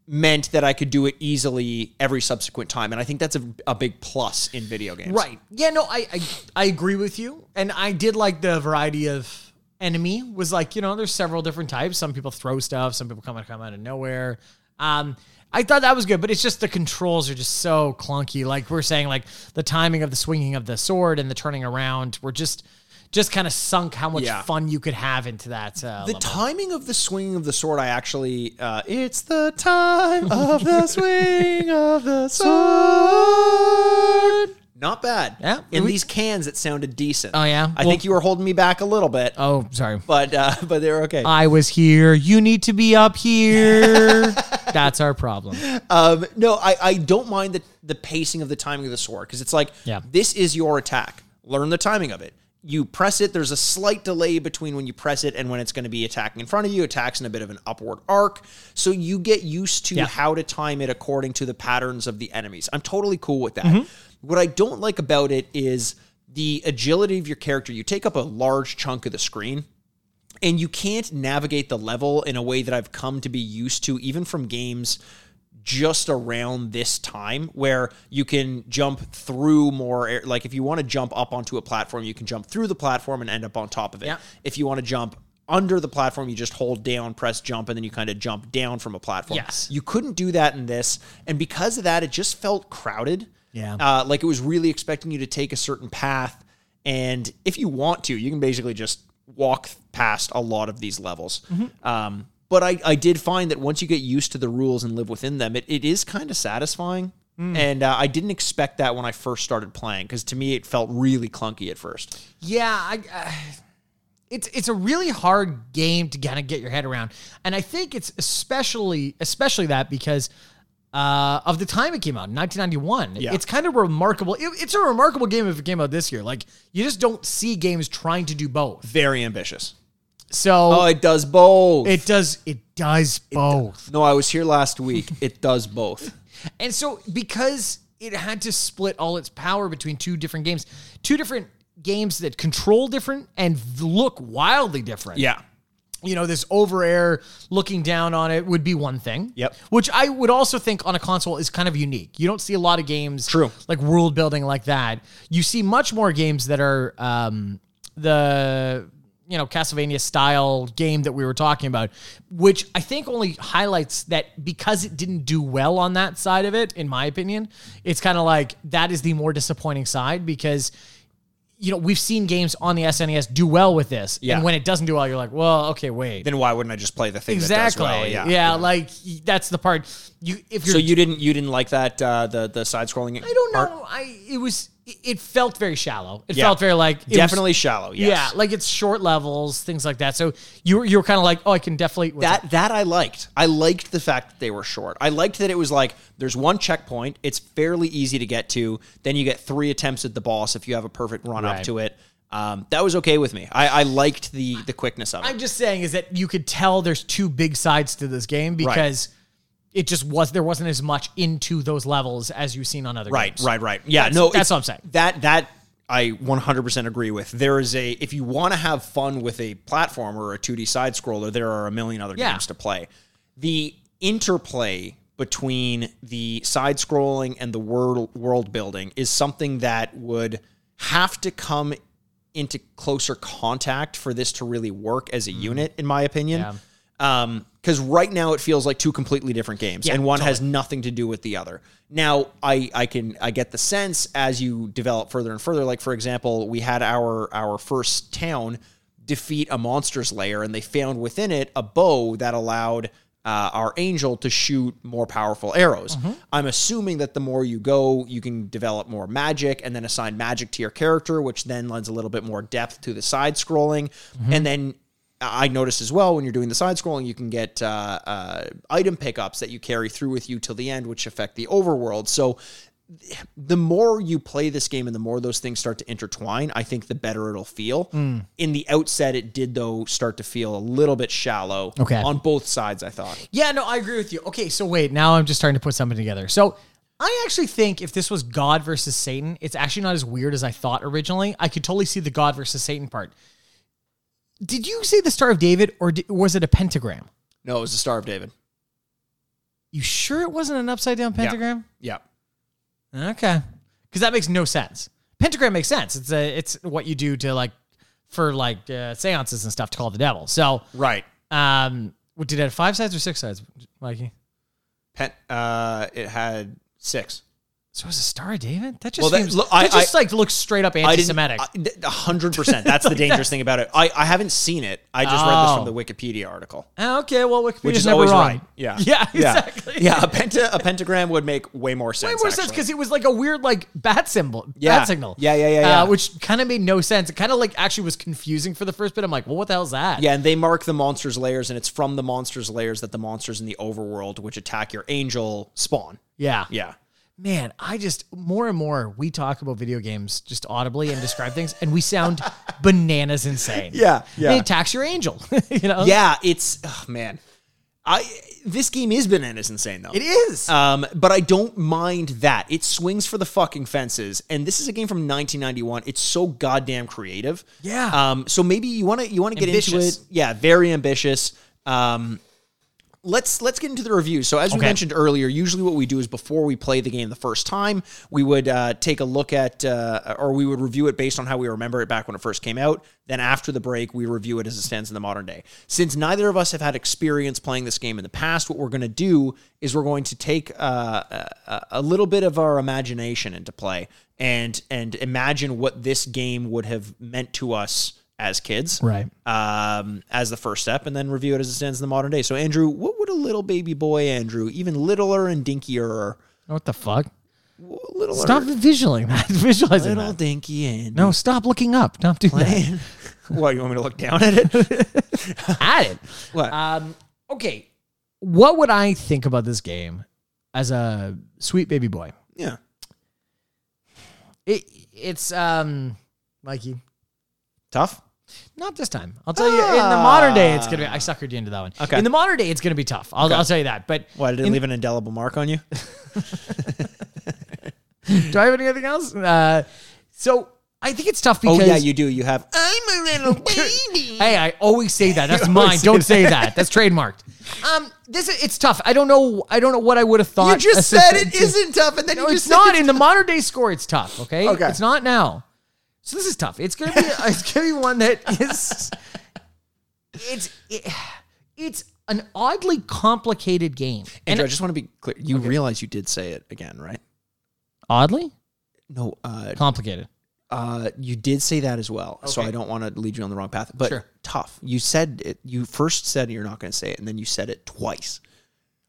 S2: meant that I could do it easily every subsequent time, and I think that's a, a big plus in video games.
S1: Right. Yeah, no, I, I I agree with you. And I did like the variety of enemy was like, you know, there's several different types. Some people throw stuff, some people come out come out of nowhere. Um I thought that was good, but it's just the controls are just so clunky. Like we're saying like the timing of the swinging of the sword and the turning around were just just kind of sunk how much
S2: Yeah.
S1: fun you could have into that uh,
S2: The
S1: level.
S2: timing of the swinging of the sword, I actually, uh, it's the time
S1: *laughs*
S2: of the *laughs* swing of the sword. Not bad.
S1: Yeah,
S2: In
S1: we-
S2: these cans, it sounded decent.
S1: Oh, yeah?
S2: I
S1: Well-
S2: think you were holding me back a little bit,
S1: oh, sorry.
S2: but uh, *laughs* but they were okay.
S1: I was here. You need to be up here. *laughs* That's our problem.
S2: Um, no, I, I don't mind the, the pacing of the timing of the sword because it's like,
S1: Yeah.
S2: this is your attack. Learn the timing of it. You press it, there's a slight delay between when you press it and when it's going to be attacking in front of you. Attacks in a bit of an upward arc. So you get used to
S1: Yeah.
S2: how to time it according to the patterns of the enemies. I'm totally cool with that.
S1: Mm-hmm.
S2: What I don't like about it is the agility of your character. You take up a large chunk of the screen and you can't navigate the level in a way that I've come to be used to, even from games just around this time, where you can jump through more. air- Like if you want to jump up onto a platform, you can jump through the platform and end up on top of it.
S1: Yeah.
S2: If you want to jump under the platform, you just hold down, press jump, and then you kind of jump down from a platform.
S1: Yes.
S2: You couldn't do that in this, and because of that, it just felt crowded.
S1: Yeah.
S2: Uh, like it was really expecting you to take a certain path. And if you want to, you can basically just walk past a lot of these levels.
S1: Mm-hmm.
S2: Um, but I, I did find that once you get used to the rules and live within them, it, it is kind of satisfying.
S1: Mm.
S2: And uh, I didn't expect that when I first started playing because to me it felt really clunky at first.
S1: Yeah, I, I, it's it's a really hard game to kind of get your head around, and I think it's especially especially that because uh, of the time it came out, in 1991.
S2: Yeah.
S1: It's kind of remarkable. It- it's a remarkable game if it came out this year. Like you just don't see games trying to do both.
S2: Very ambitious.
S1: So
S2: Oh,
S1: it,
S2: it does both.
S1: does it does both.
S2: no, I was here
S1: *laughs*
S2: last week. It does both.
S1: And so because it had to split all its power between two different games, two different games that control different and look wildly different.
S2: Yeah.
S1: you know, this over air looking down on it would be one thing.
S2: Yep.
S1: Which I would also think on a console is kind of unique. You don't see a lot of games
S2: True.
S1: like world building like that. You see much more games that are um the you know, Castlevania style game that we were talking about, which I think only highlights that because it didn't do well on that side of it, in my opinion, it's kind of like that is the more disappointing side because you know, we've seen games on the SNES do well with this.
S2: Yeah.
S1: And when it doesn't do well, you're like, well, okay, wait.
S2: Then why wouldn't I just play the thing
S1: exactly.
S2: that does well? Yeah.
S1: yeah, like y- that's the part. You if you're
S2: So you didn't you didn't like that uh, the the side scrolling?
S1: I don't know. I it was it- it felt very shallow. It
S2: Yeah.
S1: felt very like it was-
S2: Definitely shallow.
S1: yeah,
S2: Yes.
S1: like it's short levels, things like that. So you were you were kind of like, oh, I can definitely what's
S2: that that I liked. I liked the fact that they were short. I liked that it was like there's one checkpoint. It's fairly easy to get to. Then you get three attempts at the boss if you have a perfect run up
S1: Right.
S2: to it. Um, that was okay with me. I, I liked the the quickness of it.
S1: I'm just saying is that you could tell there's two big sides to this game because it just was there wasn't as much into those levels as you've seen on other
S2: Right,
S1: games.
S2: right, right. Yeah,
S1: That's-
S2: no,
S1: that's
S2: it's-
S1: what I'm saying.
S2: That that I 100% agree with. There is a if you want to have fun with a platform or a 2D side scroller, there are a million other
S1: Yeah.
S2: games to play. The interplay between the side scrolling and the world world building is something that would have to come into closer contact for this to really work as a
S1: Mm-hmm.
S2: unit, in my opinion. Um, because right now it feels like two completely different games, and one has nothing to do with the other. Now, I I can I get the sense as you develop further and further. Like for example, we had our our first town defeat a monster's lair, and they found within it a bow that allowed uh, our angel to shoot more powerful arrows. I'm assuming that the more you go, you can develop more magic and then assign magic to your character, which then lends a little bit more depth to the side scrolling. And then I noticed as well when you're doing the side scrolling, you can get uh, uh, item pickups that you carry through with you till the end, which affect the overworld. So the more you play this game and the more those things start to intertwine, I think the better it'll feel.
S1: Hmm.
S2: In the outset, it did though start to feel a little bit shallow.
S1: Okay.
S2: on both sides, I thought.
S1: Yeah, no, I agree with you. Okay, so wait, now I'm just starting to put something together. So I actually think if this was God versus Satan, it's actually not as weird as I thought originally. I could totally see the God versus Satan part. Did you say the Star of David, or di- was it a pentagram?
S2: No, it was the Star of David.
S1: You sure it wasn't an upside down pentagram?
S2: Yeah,
S1: Okay, because that makes no sense. Pentagram makes sense. It's a, it's what you do to like for like uh, seances and stuff to call the devil. So,
S2: right.
S1: um, what did it have five sides or six sides, Mikey?
S2: Pen, uh, it had six.
S1: So is a Star of David? That just
S2: Well, that-
S1: seems
S2: look,
S1: that
S2: I-
S1: just like looks straight up
S2: I didn't-
S1: anti-Semitic.
S2: I- th- A hundred percent. That's
S1: *laughs*
S2: the dangerous thing about it. I, I haven't seen it. I just read this from
S1: Oh.
S2: the Wikipedia article.
S1: Ah, okay, well, Wikipedia's
S2: Which is
S1: never
S2: always
S1: wrong.
S2: right. Yeah.
S1: *laughs* yeah,
S2: Yeah.
S1: exactly.
S2: Yeah, a, penta, a pentagram would make way more sense.
S1: Made more sense
S2: actually.
S1: because it was like a weird like bat symbol,
S2: Yeah.
S1: bat signal.
S2: Yeah, yeah, yeah, yeah.
S1: Uh, which kind of made no sense. It kind of like actually was confusing for the first bit. I'm like, well, what the hell's that?
S2: Yeah, and they mark the monsters' layers, and it's from the monsters' layers that the monsters in the overworld, which attack your angel, spawn.
S1: yeah,
S2: Yeah.
S1: Man, I just more and more we talk about video games just audibly and describe things, and we
S2: *laughs*
S1: sound bananas insane.
S2: Yeah, yeah.
S1: It attacks your angel. *laughs* you know.
S2: Yeah, it's oh, man. I this game is bananas insane though.
S1: it is.
S2: Um, but I don't mind that. It swings for the fucking fences, and this is a game from 1991. It's so goddamn creative.
S1: Yeah.
S2: Um, so maybe you want to you want to get
S1: Ambitious.
S2: into it. Yeah, very ambitious. Um, let's let's get into the reviews. So as we
S1: Okay.
S2: mentioned earlier, usually what we do is before we play the game the first time, we would uh, take a look at uh, or we would review it based on how we remember it back when it first came out. Then after the break, we review it as it stands in the modern day. Since neither of us have had experience playing this game in the past, what we're going to do is we're going to take uh, a, a little bit of our imagination into play and and imagine what this game would have meant to us as kids
S1: Right.
S2: um, as the first step and then review it as it stands in the modern day. So, Andrew, what would a little baby boy Andrew, even littler and dinkier,
S1: what the fuck?
S2: littler,
S1: Stop visualizing that. *laughs* Visualizing that.
S2: little dinky and
S1: No, stop looking up. Stop doing that.
S2: *laughs* what you want me to look down at it?
S1: *laughs* At it.
S2: what?
S1: Um, okay. What would I think about this game as a sweet baby boy?
S2: yeah,
S1: It, it's um, Mikey.
S2: tough.
S1: Not this time. I'll tell you. In the modern day, it's gonna. be I suckered you into that one.
S2: Okay.
S1: In the modern day, it's gonna be tough. I'll, I'll tell you that. But
S2: Why did it
S1: in-
S2: leave an indelible
S1: *laughs*
S2: mark on you?
S1: do I have anything else? Uh, so I think it's tough
S2: Oh
S1: because.
S2: yeah, you do. You have.
S1: Hey, I always say that. *laughs* That's mine. Don't say that. That's trademarked. Um, this is, it's tough. I don't know. I don't know what I would have thought. assistant-
S2: tough, and then
S1: No, it's not in the modern day score. It's tough. Okay.
S2: Okay.
S1: It's not now. So this is tough. It's gonna be. *laughs* it's gonna be one that is. It's it, it's an oddly complicated game.
S2: Andrew, I just want to be clear. You realize you did say it again, right?
S1: Oddly
S2: No, uh,
S1: complicated.
S2: uh, you did say that as well. So I don't want to lead you on the wrong path. But
S1: Sure.
S2: tough. You said it. You first said you're not going to say it, and then you said it twice.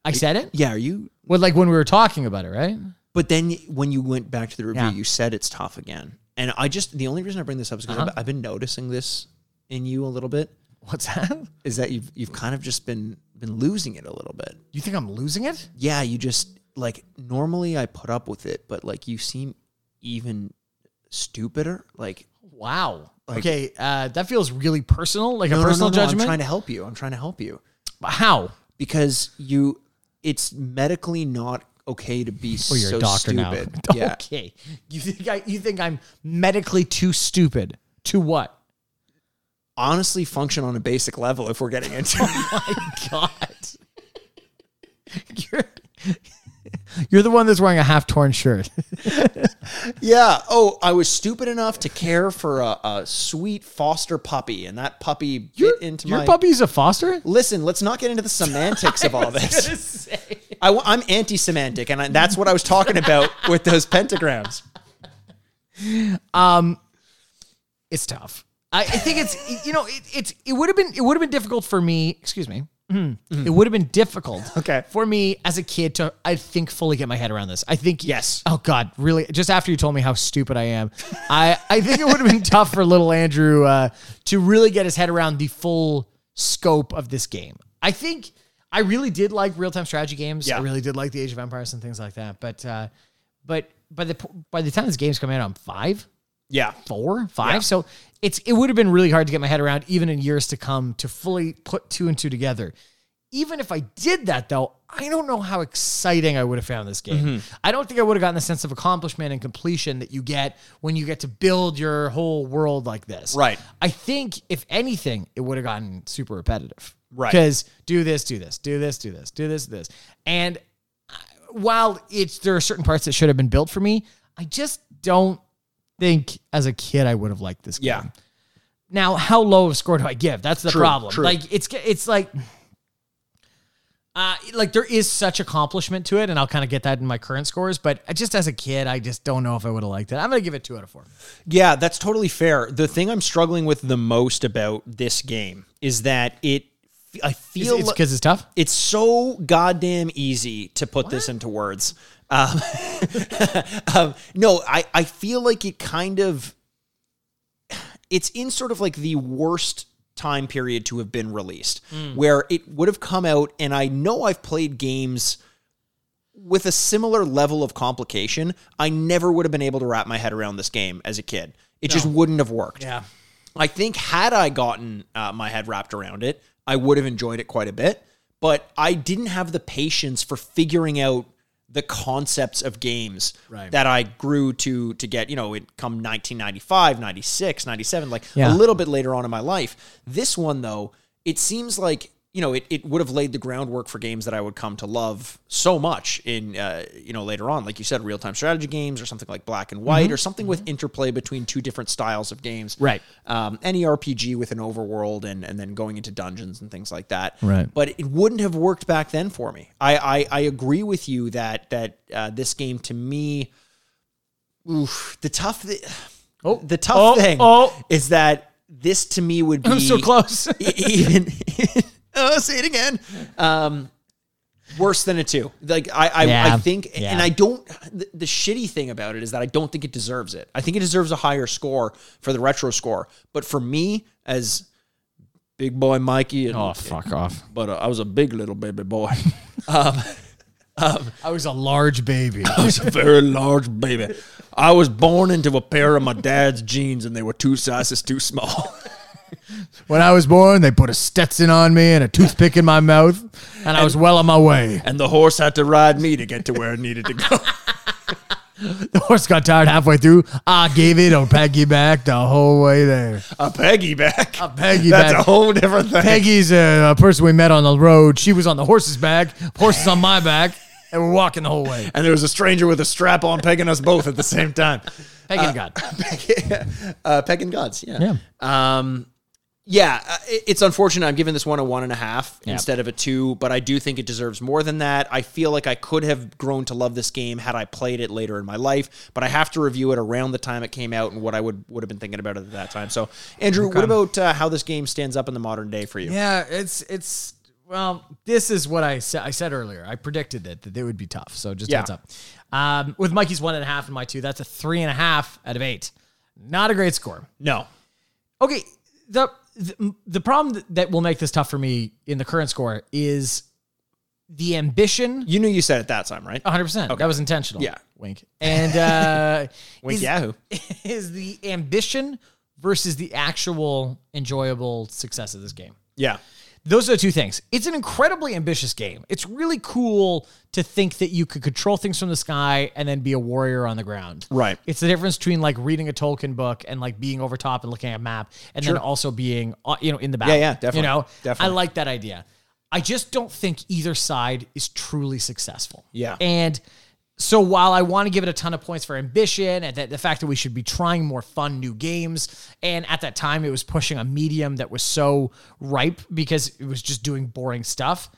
S1: I said it.
S2: Yeah, are you?
S1: Well, like when we were talking about it, right?
S2: But then y- when you went back to the review,
S1: Yeah.
S2: you said it's tough again. And I just the only reason I bring this up is because
S1: Uh-huh.
S2: I've, I've been noticing this in you a little bit.
S1: What's that?
S2: Is that you've you've kind of just been been losing it a little bit.
S1: You think I'm losing it?
S2: yeah, you just like normally I put up with it, but like you seem even stupider. Like
S1: Wow. okay, uh, that feels really personal, like
S2: no,
S1: a
S2: no,
S1: personal
S2: no, no, I'm
S1: judgment.
S2: trying to help you. I'm trying to help you
S1: How?
S2: because you. It's medically not okay to be
S1: Well, Oh, you're
S2: so
S1: a doctor *laughs*
S2: stupid.
S1: now.
S2: Yeah,
S1: Okay. You think I? You think I'm medically too stupid? To what?
S2: honestly, function on a basic level. If we're
S1: *laughs*
S2: getting into
S1: My God. You're, you're the one that's wearing a half torn shirt.
S2: yeah, oh, I was stupid enough to care for a, a sweet foster puppy, and that puppy bit into
S1: your
S2: my
S1: puppy's a foster.
S2: Listen, let's not get into the
S1: *laughs*
S2: semantics of all this. I, am anti-semantic, and I, that's what I was talking about with those pentagrams.
S1: It's tough. I, I think it's you know it, it's it would have been it would have been difficult for me. Excuse me. Mhm. It would have been difficult.
S2: Mm-hmm. *laughs* Okay.
S1: For me as a kid to I think fully get my head around this. I think
S2: Yes.
S1: Oh God, really? Just after you told me how stupid I am, I I think it would have been *laughs* tough for little Andrew uh, to really get his head around the full scope of this game. I think I really did like real time strategy games. I
S2: Yeah.
S1: really did like the Age of Empires and things like that. But uh, but by the po- by the time this game's coming out, I'm five
S2: Yeah.
S1: four, five. So it's it would have been really hard to get my head around, even in years to come, to fully put two and two together. Even if I did that, though, I don't know how exciting I would have found this game.
S2: Mm-hmm.
S1: I don't think I would have gotten the sense of accomplishment and completion that you get when you get to build your whole world like this.
S2: Right.
S1: I think, if anything, it would have gotten super repetitive.
S2: Right.
S1: Because do this, do this, do this, do this, do this, do this. And I- while it's there are certain parts that should have been built for me, I just don't think as a kid I would have liked this game.
S2: Yeah.
S1: Now, how low of a score do I give? That's the problem.
S2: true.
S1: Like it's it's like uh, like there is such accomplishment to it, and I'll kind of get that in my current scores. But I- just as a kid, I just don't know if I would have liked it. I'm gonna give it two out of four.
S2: Yeah, that's totally fair. The thing I'm struggling with the most about this game is that it I
S1: Is-
S2: feel
S1: it's because it's tough.
S2: it's so goddamn easy to put this into words. Um, *laughs* um, no, I, I feel like it kind of it's in sort of like the worst time period to have been released, where it would have come out, and I know I've played games with a similar level of complication. I never would have been able to wrap my head around this game as a kid. It just wouldn't have worked.
S1: Yeah.
S2: I think had I gotten uh, my head wrapped around it, I would have enjoyed it quite a bit. But I didn't have the patience for figuring out the concepts of games that I grew to to get, you know, it come 1995, 96, 97, like
S1: Yeah.
S2: a little bit later on in my life. This one though, it seems like, you know, it, it would have laid the groundwork for games that I would come to love so much in uh, you know, later on, like you said, real-time strategy games or something like Black and White or something with interplay between two different styles of games
S1: Mm-hmm. Right.
S2: um, any RPG with an overworld and and then going into dungeons and things like that.
S1: Right.
S2: But it wouldn't have worked back then for me. I I, I agree with you that that uh, this game to me, oof, the tough thi- the tough
S1: oh,
S2: thing
S1: oh.
S2: is that this to me would be
S1: I'm so close.
S2: *laughs* e- even oh say it again um worse than a two like i i,
S1: Yeah.
S2: I think
S1: Yeah.
S2: and i don't the, the shitty thing about it is that i don't think it deserves it i think it deserves a higher score for the retro score but for me as big boy mikey and,
S1: fuck off!
S2: but uh, i was a big little baby boy *laughs*
S1: I was a large baby.
S2: i was a very large baby i was born into a pair of my dad's jeans and they were two sizes too small *laughs*
S1: When I was born, they put a Stetson on me and a toothpick in my mouth, and I was well on my way.
S2: and the horse had to ride me to get to where it needed to go. *laughs*
S1: The horse got tired halfway through. I gave it a Peggy back the whole way there.
S2: a Peggy back.
S1: A Peggy
S2: That's
S1: back.
S2: a whole different thing.
S1: Peggy's a, a person we met on the road. She was on the horse's back, horses on my back, and we're walking the whole way.
S2: And there was a stranger with a *laughs* strap on pegging us both at the same time.
S1: Peggy and God.
S2: Peg, uh, pegging gods. Yeah.
S1: Yeah.
S2: Yeah. Um, yeah. uh, it- It's unfortunate. I'm giving this one a one and a half instead of a two, but I do think it deserves more than that. I feel like I could have grown to love this game had I played it later in my life, but I have to review it around the time it came out and what I would would have been thinking about it at that time. So, Andrew, what about uh, how this game stands up in the modern day for you?
S1: Yeah, it's it's well, this is what I said. I said earlier. I predicted that that they would be tough. So just
S2: Yeah.
S1: heads up. Um, with Mikey's one and a half and my two, that's a three and a half out of eight. Not a great score.
S2: No.
S1: Okay, the the, the problem that- that will make this tough for me in the current score is the ambition.
S2: You knew you said it that time, right?
S1: 100%. That was intentional.
S2: Yeah.
S1: Wink. And uh
S2: *laughs* Wink
S1: is-
S2: Yahoo.
S1: *laughs* is the ambition versus the actual enjoyable success of this game
S2: Yeah.
S1: those are the two things. It's an incredibly ambitious game. It's really cool to think that you could control things from the sky and then be a warrior on the ground.
S2: Right.
S1: It's the difference between like reading a Tolkien book and like being over top and looking at a map and then also being uh, you know in the battle.
S2: yeah, definitely,
S1: You know,
S2: definitely.
S1: I like that idea. I just don't think either side is truly successful.
S2: Yeah.
S1: And so while I want to give it a ton of points for ambition and that the fact that we should be trying more fun new games, and at that time it was pushing a medium that was so ripe because it was just doing boring stuff,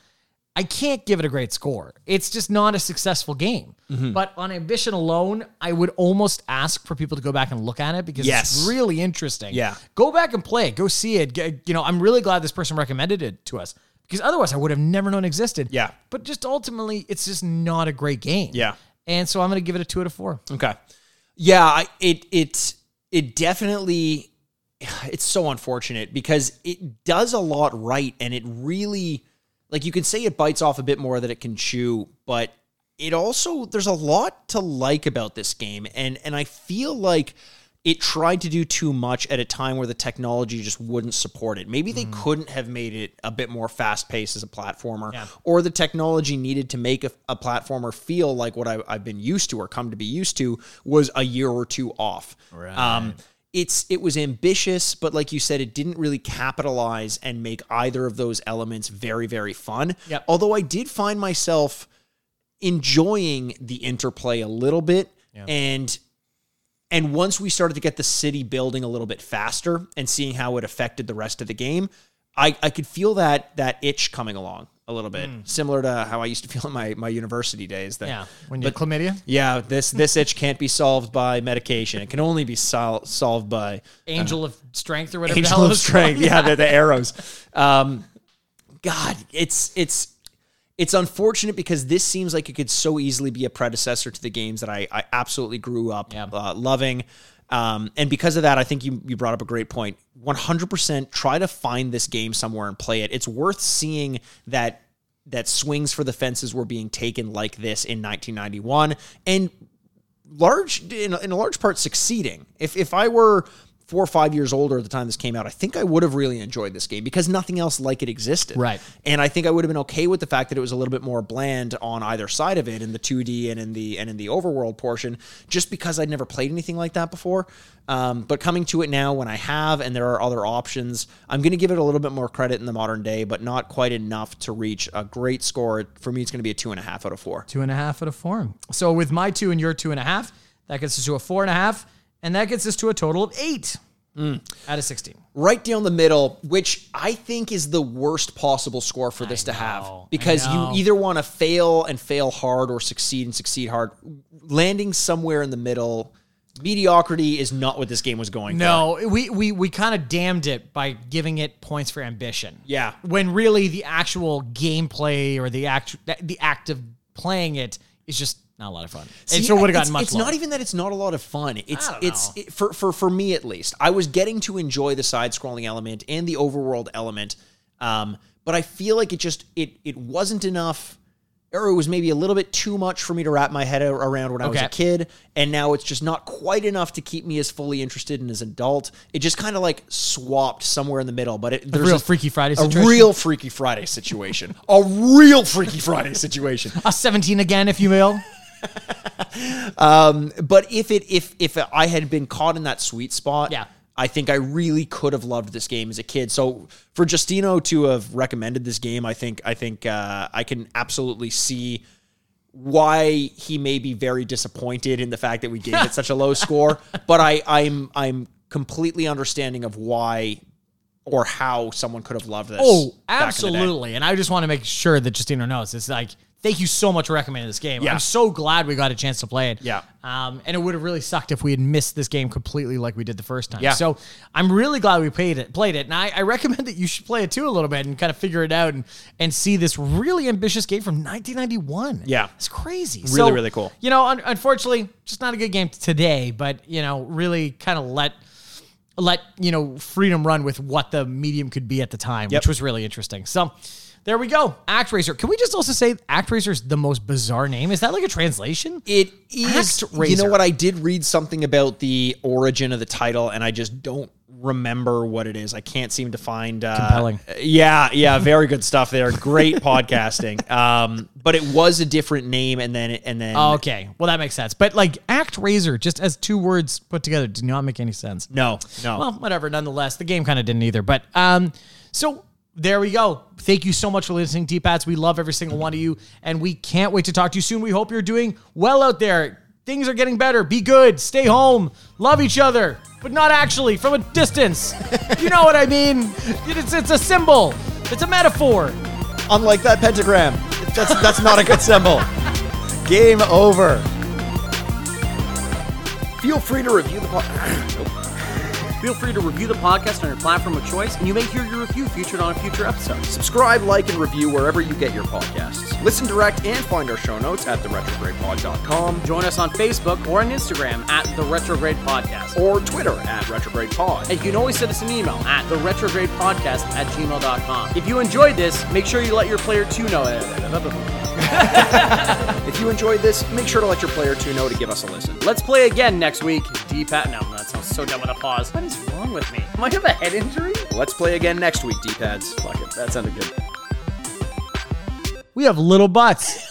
S1: I can't give it a great score. It's just not a successful game.
S2: Mm-hmm.
S1: But on ambition alone, I would almost ask for people to go back and look at it because
S2: Yes.
S1: it's really interesting.
S2: Yeah.
S1: Go back and play it. Go see it. Get- you know, I'm really glad this person recommended it to us because otherwise I would have never known it existed.
S2: Yeah.
S1: But just ultimately, it's just not a great game.
S2: Yeah.
S1: And so I'm going to give it a two out of four.
S2: Okay. Yeah, I, it it it definitely it's so unfortunate because it does a lot right and it really like you can say it bites off a bit more than it can chew, but it also there's a lot to like about this game and and I feel like it tried to do too much at a time where the technology just wouldn't support it. Maybe they couldn't have made it a bit more fast paced as a platformer, or the technology needed to make a, a platformer feel like what I, I've been used to or come to be used to was a year or two off. Um, it's it was ambitious, but like you said, it didn't really capitalize and make either of those elements very very fun.
S1: Yep.
S2: Although I did find myself enjoying the interplay a little bit and and once we started to get the city building a little bit faster and seeing how it affected the rest of the game i i could feel that that itch coming along a little bit similar to how i used to feel in my my university days that
S1: Mm. Yeah. When you're chlamydia,
S2: yeah this this itch can't be solved by medication it can only be sol- solved by
S1: angel of strength or whatever. the
S2: angel
S1: hell it
S2: of
S1: was
S2: strength.
S1: called.
S2: Yeah, the, the arrows. Um, God, it's it's it's unfortunate because this seems like it could so easily be a predecessor to the games that I, I absolutely grew up
S1: Yeah.
S2: uh, loving. Um, and because of that, I think you, you brought up a great point. 100% try to find this game somewhere and play it. It's worth seeing that that swings for the fences were being taken like this in 1991 and large in, in a large part succeeding. If if I were four or five years older at the time this came out, I think I would have really enjoyed this game because nothing else like it existed.
S1: Right.
S2: And I think I would have been okay with the fact that it was a little bit more bland on either side of it in the 2D and in the and in the overworld portion, just because I'd never played anything like that before. Um, but coming to it now when I have and there are other options, I'm going to give it a little bit more credit in the modern day, but not quite enough to reach a great score. For me, it's going to be a two and a half out of four.
S1: Two and a half out of four. So with my two and your two and a half, that gets us to a four and a half. And that gets us to a total of eight out of 16.
S2: right down the middle, which I think is the worst possible score for this to have because you
S1: know.
S2: either want to fail and fail hard or succeed and succeed hard. Landing somewhere in the middle, mediocrity is not what this game was going for.
S1: No, we we we kind of damned it by giving it points for ambition.
S2: Yeah.
S1: When really the actual gameplay or the act the act of playing it is just not a lot of fun.
S2: See,
S1: it sure would have
S2: it's-
S1: gotten much.
S2: It's not
S1: lower.
S2: even that it's not a lot of fun. It's
S1: don't
S2: it's
S1: know.
S2: it- for for for me at least. I was getting to enjoy the side-scrolling element and the overworld element, um, but I feel like it just it it wasn't enough. or it was maybe a little bit too much for me to wrap my head a- around when I was
S1: Okay.
S2: a kid, and now it's just not quite enough to keep me as fully interested in as an adult. It just kind of like swapped somewhere in the middle, but it, there's
S1: real Freaky Friday situation?
S2: a real Freaky Friday situation, a real Freaky Friday situation.
S1: A 17 Uh, again, if you will.
S2: But if it if if I had been caught in that sweet spot,
S1: Yeah.
S2: I think I really could have loved this game as a kid. So for Justino to have recommended this game, I think I think uh, I can absolutely see why he may be very disappointed in the fact that we gave it such a
S1: *laughs*
S2: low score. But I I'm I'm completely understanding of why or how someone could have loved this.
S1: Oh,
S2: back in the day.
S1: absolutely. And I just want to make sure that Justino knows. It's like, thank you so much for recommending this game.
S2: Yeah.
S1: I'm so glad we got a chance to play it.
S2: Yeah.
S1: Um, and it would have really sucked if we had missed this game completely like we did the first time.
S2: Yeah.
S1: So I'm really glad we played it. Played it, and I, I recommend that you should play it too a little bit and kind of figure it out and and see this really ambitious game from 1991.
S2: Yeah.
S1: it's crazy. Really,
S2: really cool.
S1: You know, un- unfortunately, just not a good game today. But you know, really kind of let let you know freedom run with what the medium could be at the time,
S2: Yep.
S1: which was really interesting. So there we go. ActRaiser. Can we just also say ActRaiser is the most bizarre name? Is that like a translation?
S2: It is.
S1: Actraiser.
S2: You know what? I did read something about the origin of the title, and I just don't remember what it is. I can't seem to find. Uh,
S1: Compelling.
S2: Yeah, yeah, very good stuff there. Great *laughs* podcasting. Um, but it was a different name, and then and then.
S1: Okay, well that makes sense. But like ActRaiser, just as two words put together, did not make any sense.
S2: No, no.
S1: Well, whatever. Nonetheless, the game kind of didn't either. But um, so there we go. Thank you so much for listening, T-Pats. We love every single one of you, and we can't wait to talk to you soon. We hope you're doing well out there. Things are getting better. Be good. Stay home. Love each other, but not actually from a distance. *laughs* you know what I mean? It's, it's a symbol. It's a metaphor.
S2: Unlike that pentagram, that's that's not a good symbol. Game over. Feel free to review the podcast.
S6: Feel free to review the podcast on your platform of choice, and you may hear your review featured on a future episode.
S2: Subscribe, like, and review wherever you get your podcasts. Listen direct and find our show notes at theretrogradepod.com
S6: Join us on Facebook or on Instagram at The Retrograde Podcast.
S2: or Twitter at retrogradepod.
S6: And you can always send us an email at theretrogradepodcast at gmail.com. If you enjoyed this, make sure you let your player 2 know.
S2: If you enjoyed this, make sure to let your player two know to give us a listen.
S6: Let's play again next week. D Pat. No, that sounds so dumb with a pause. What is wrong with me? Am I have a head injury?
S2: Let's play again next week, D-pads. Fuck it, that sounded good.
S1: We have little butts.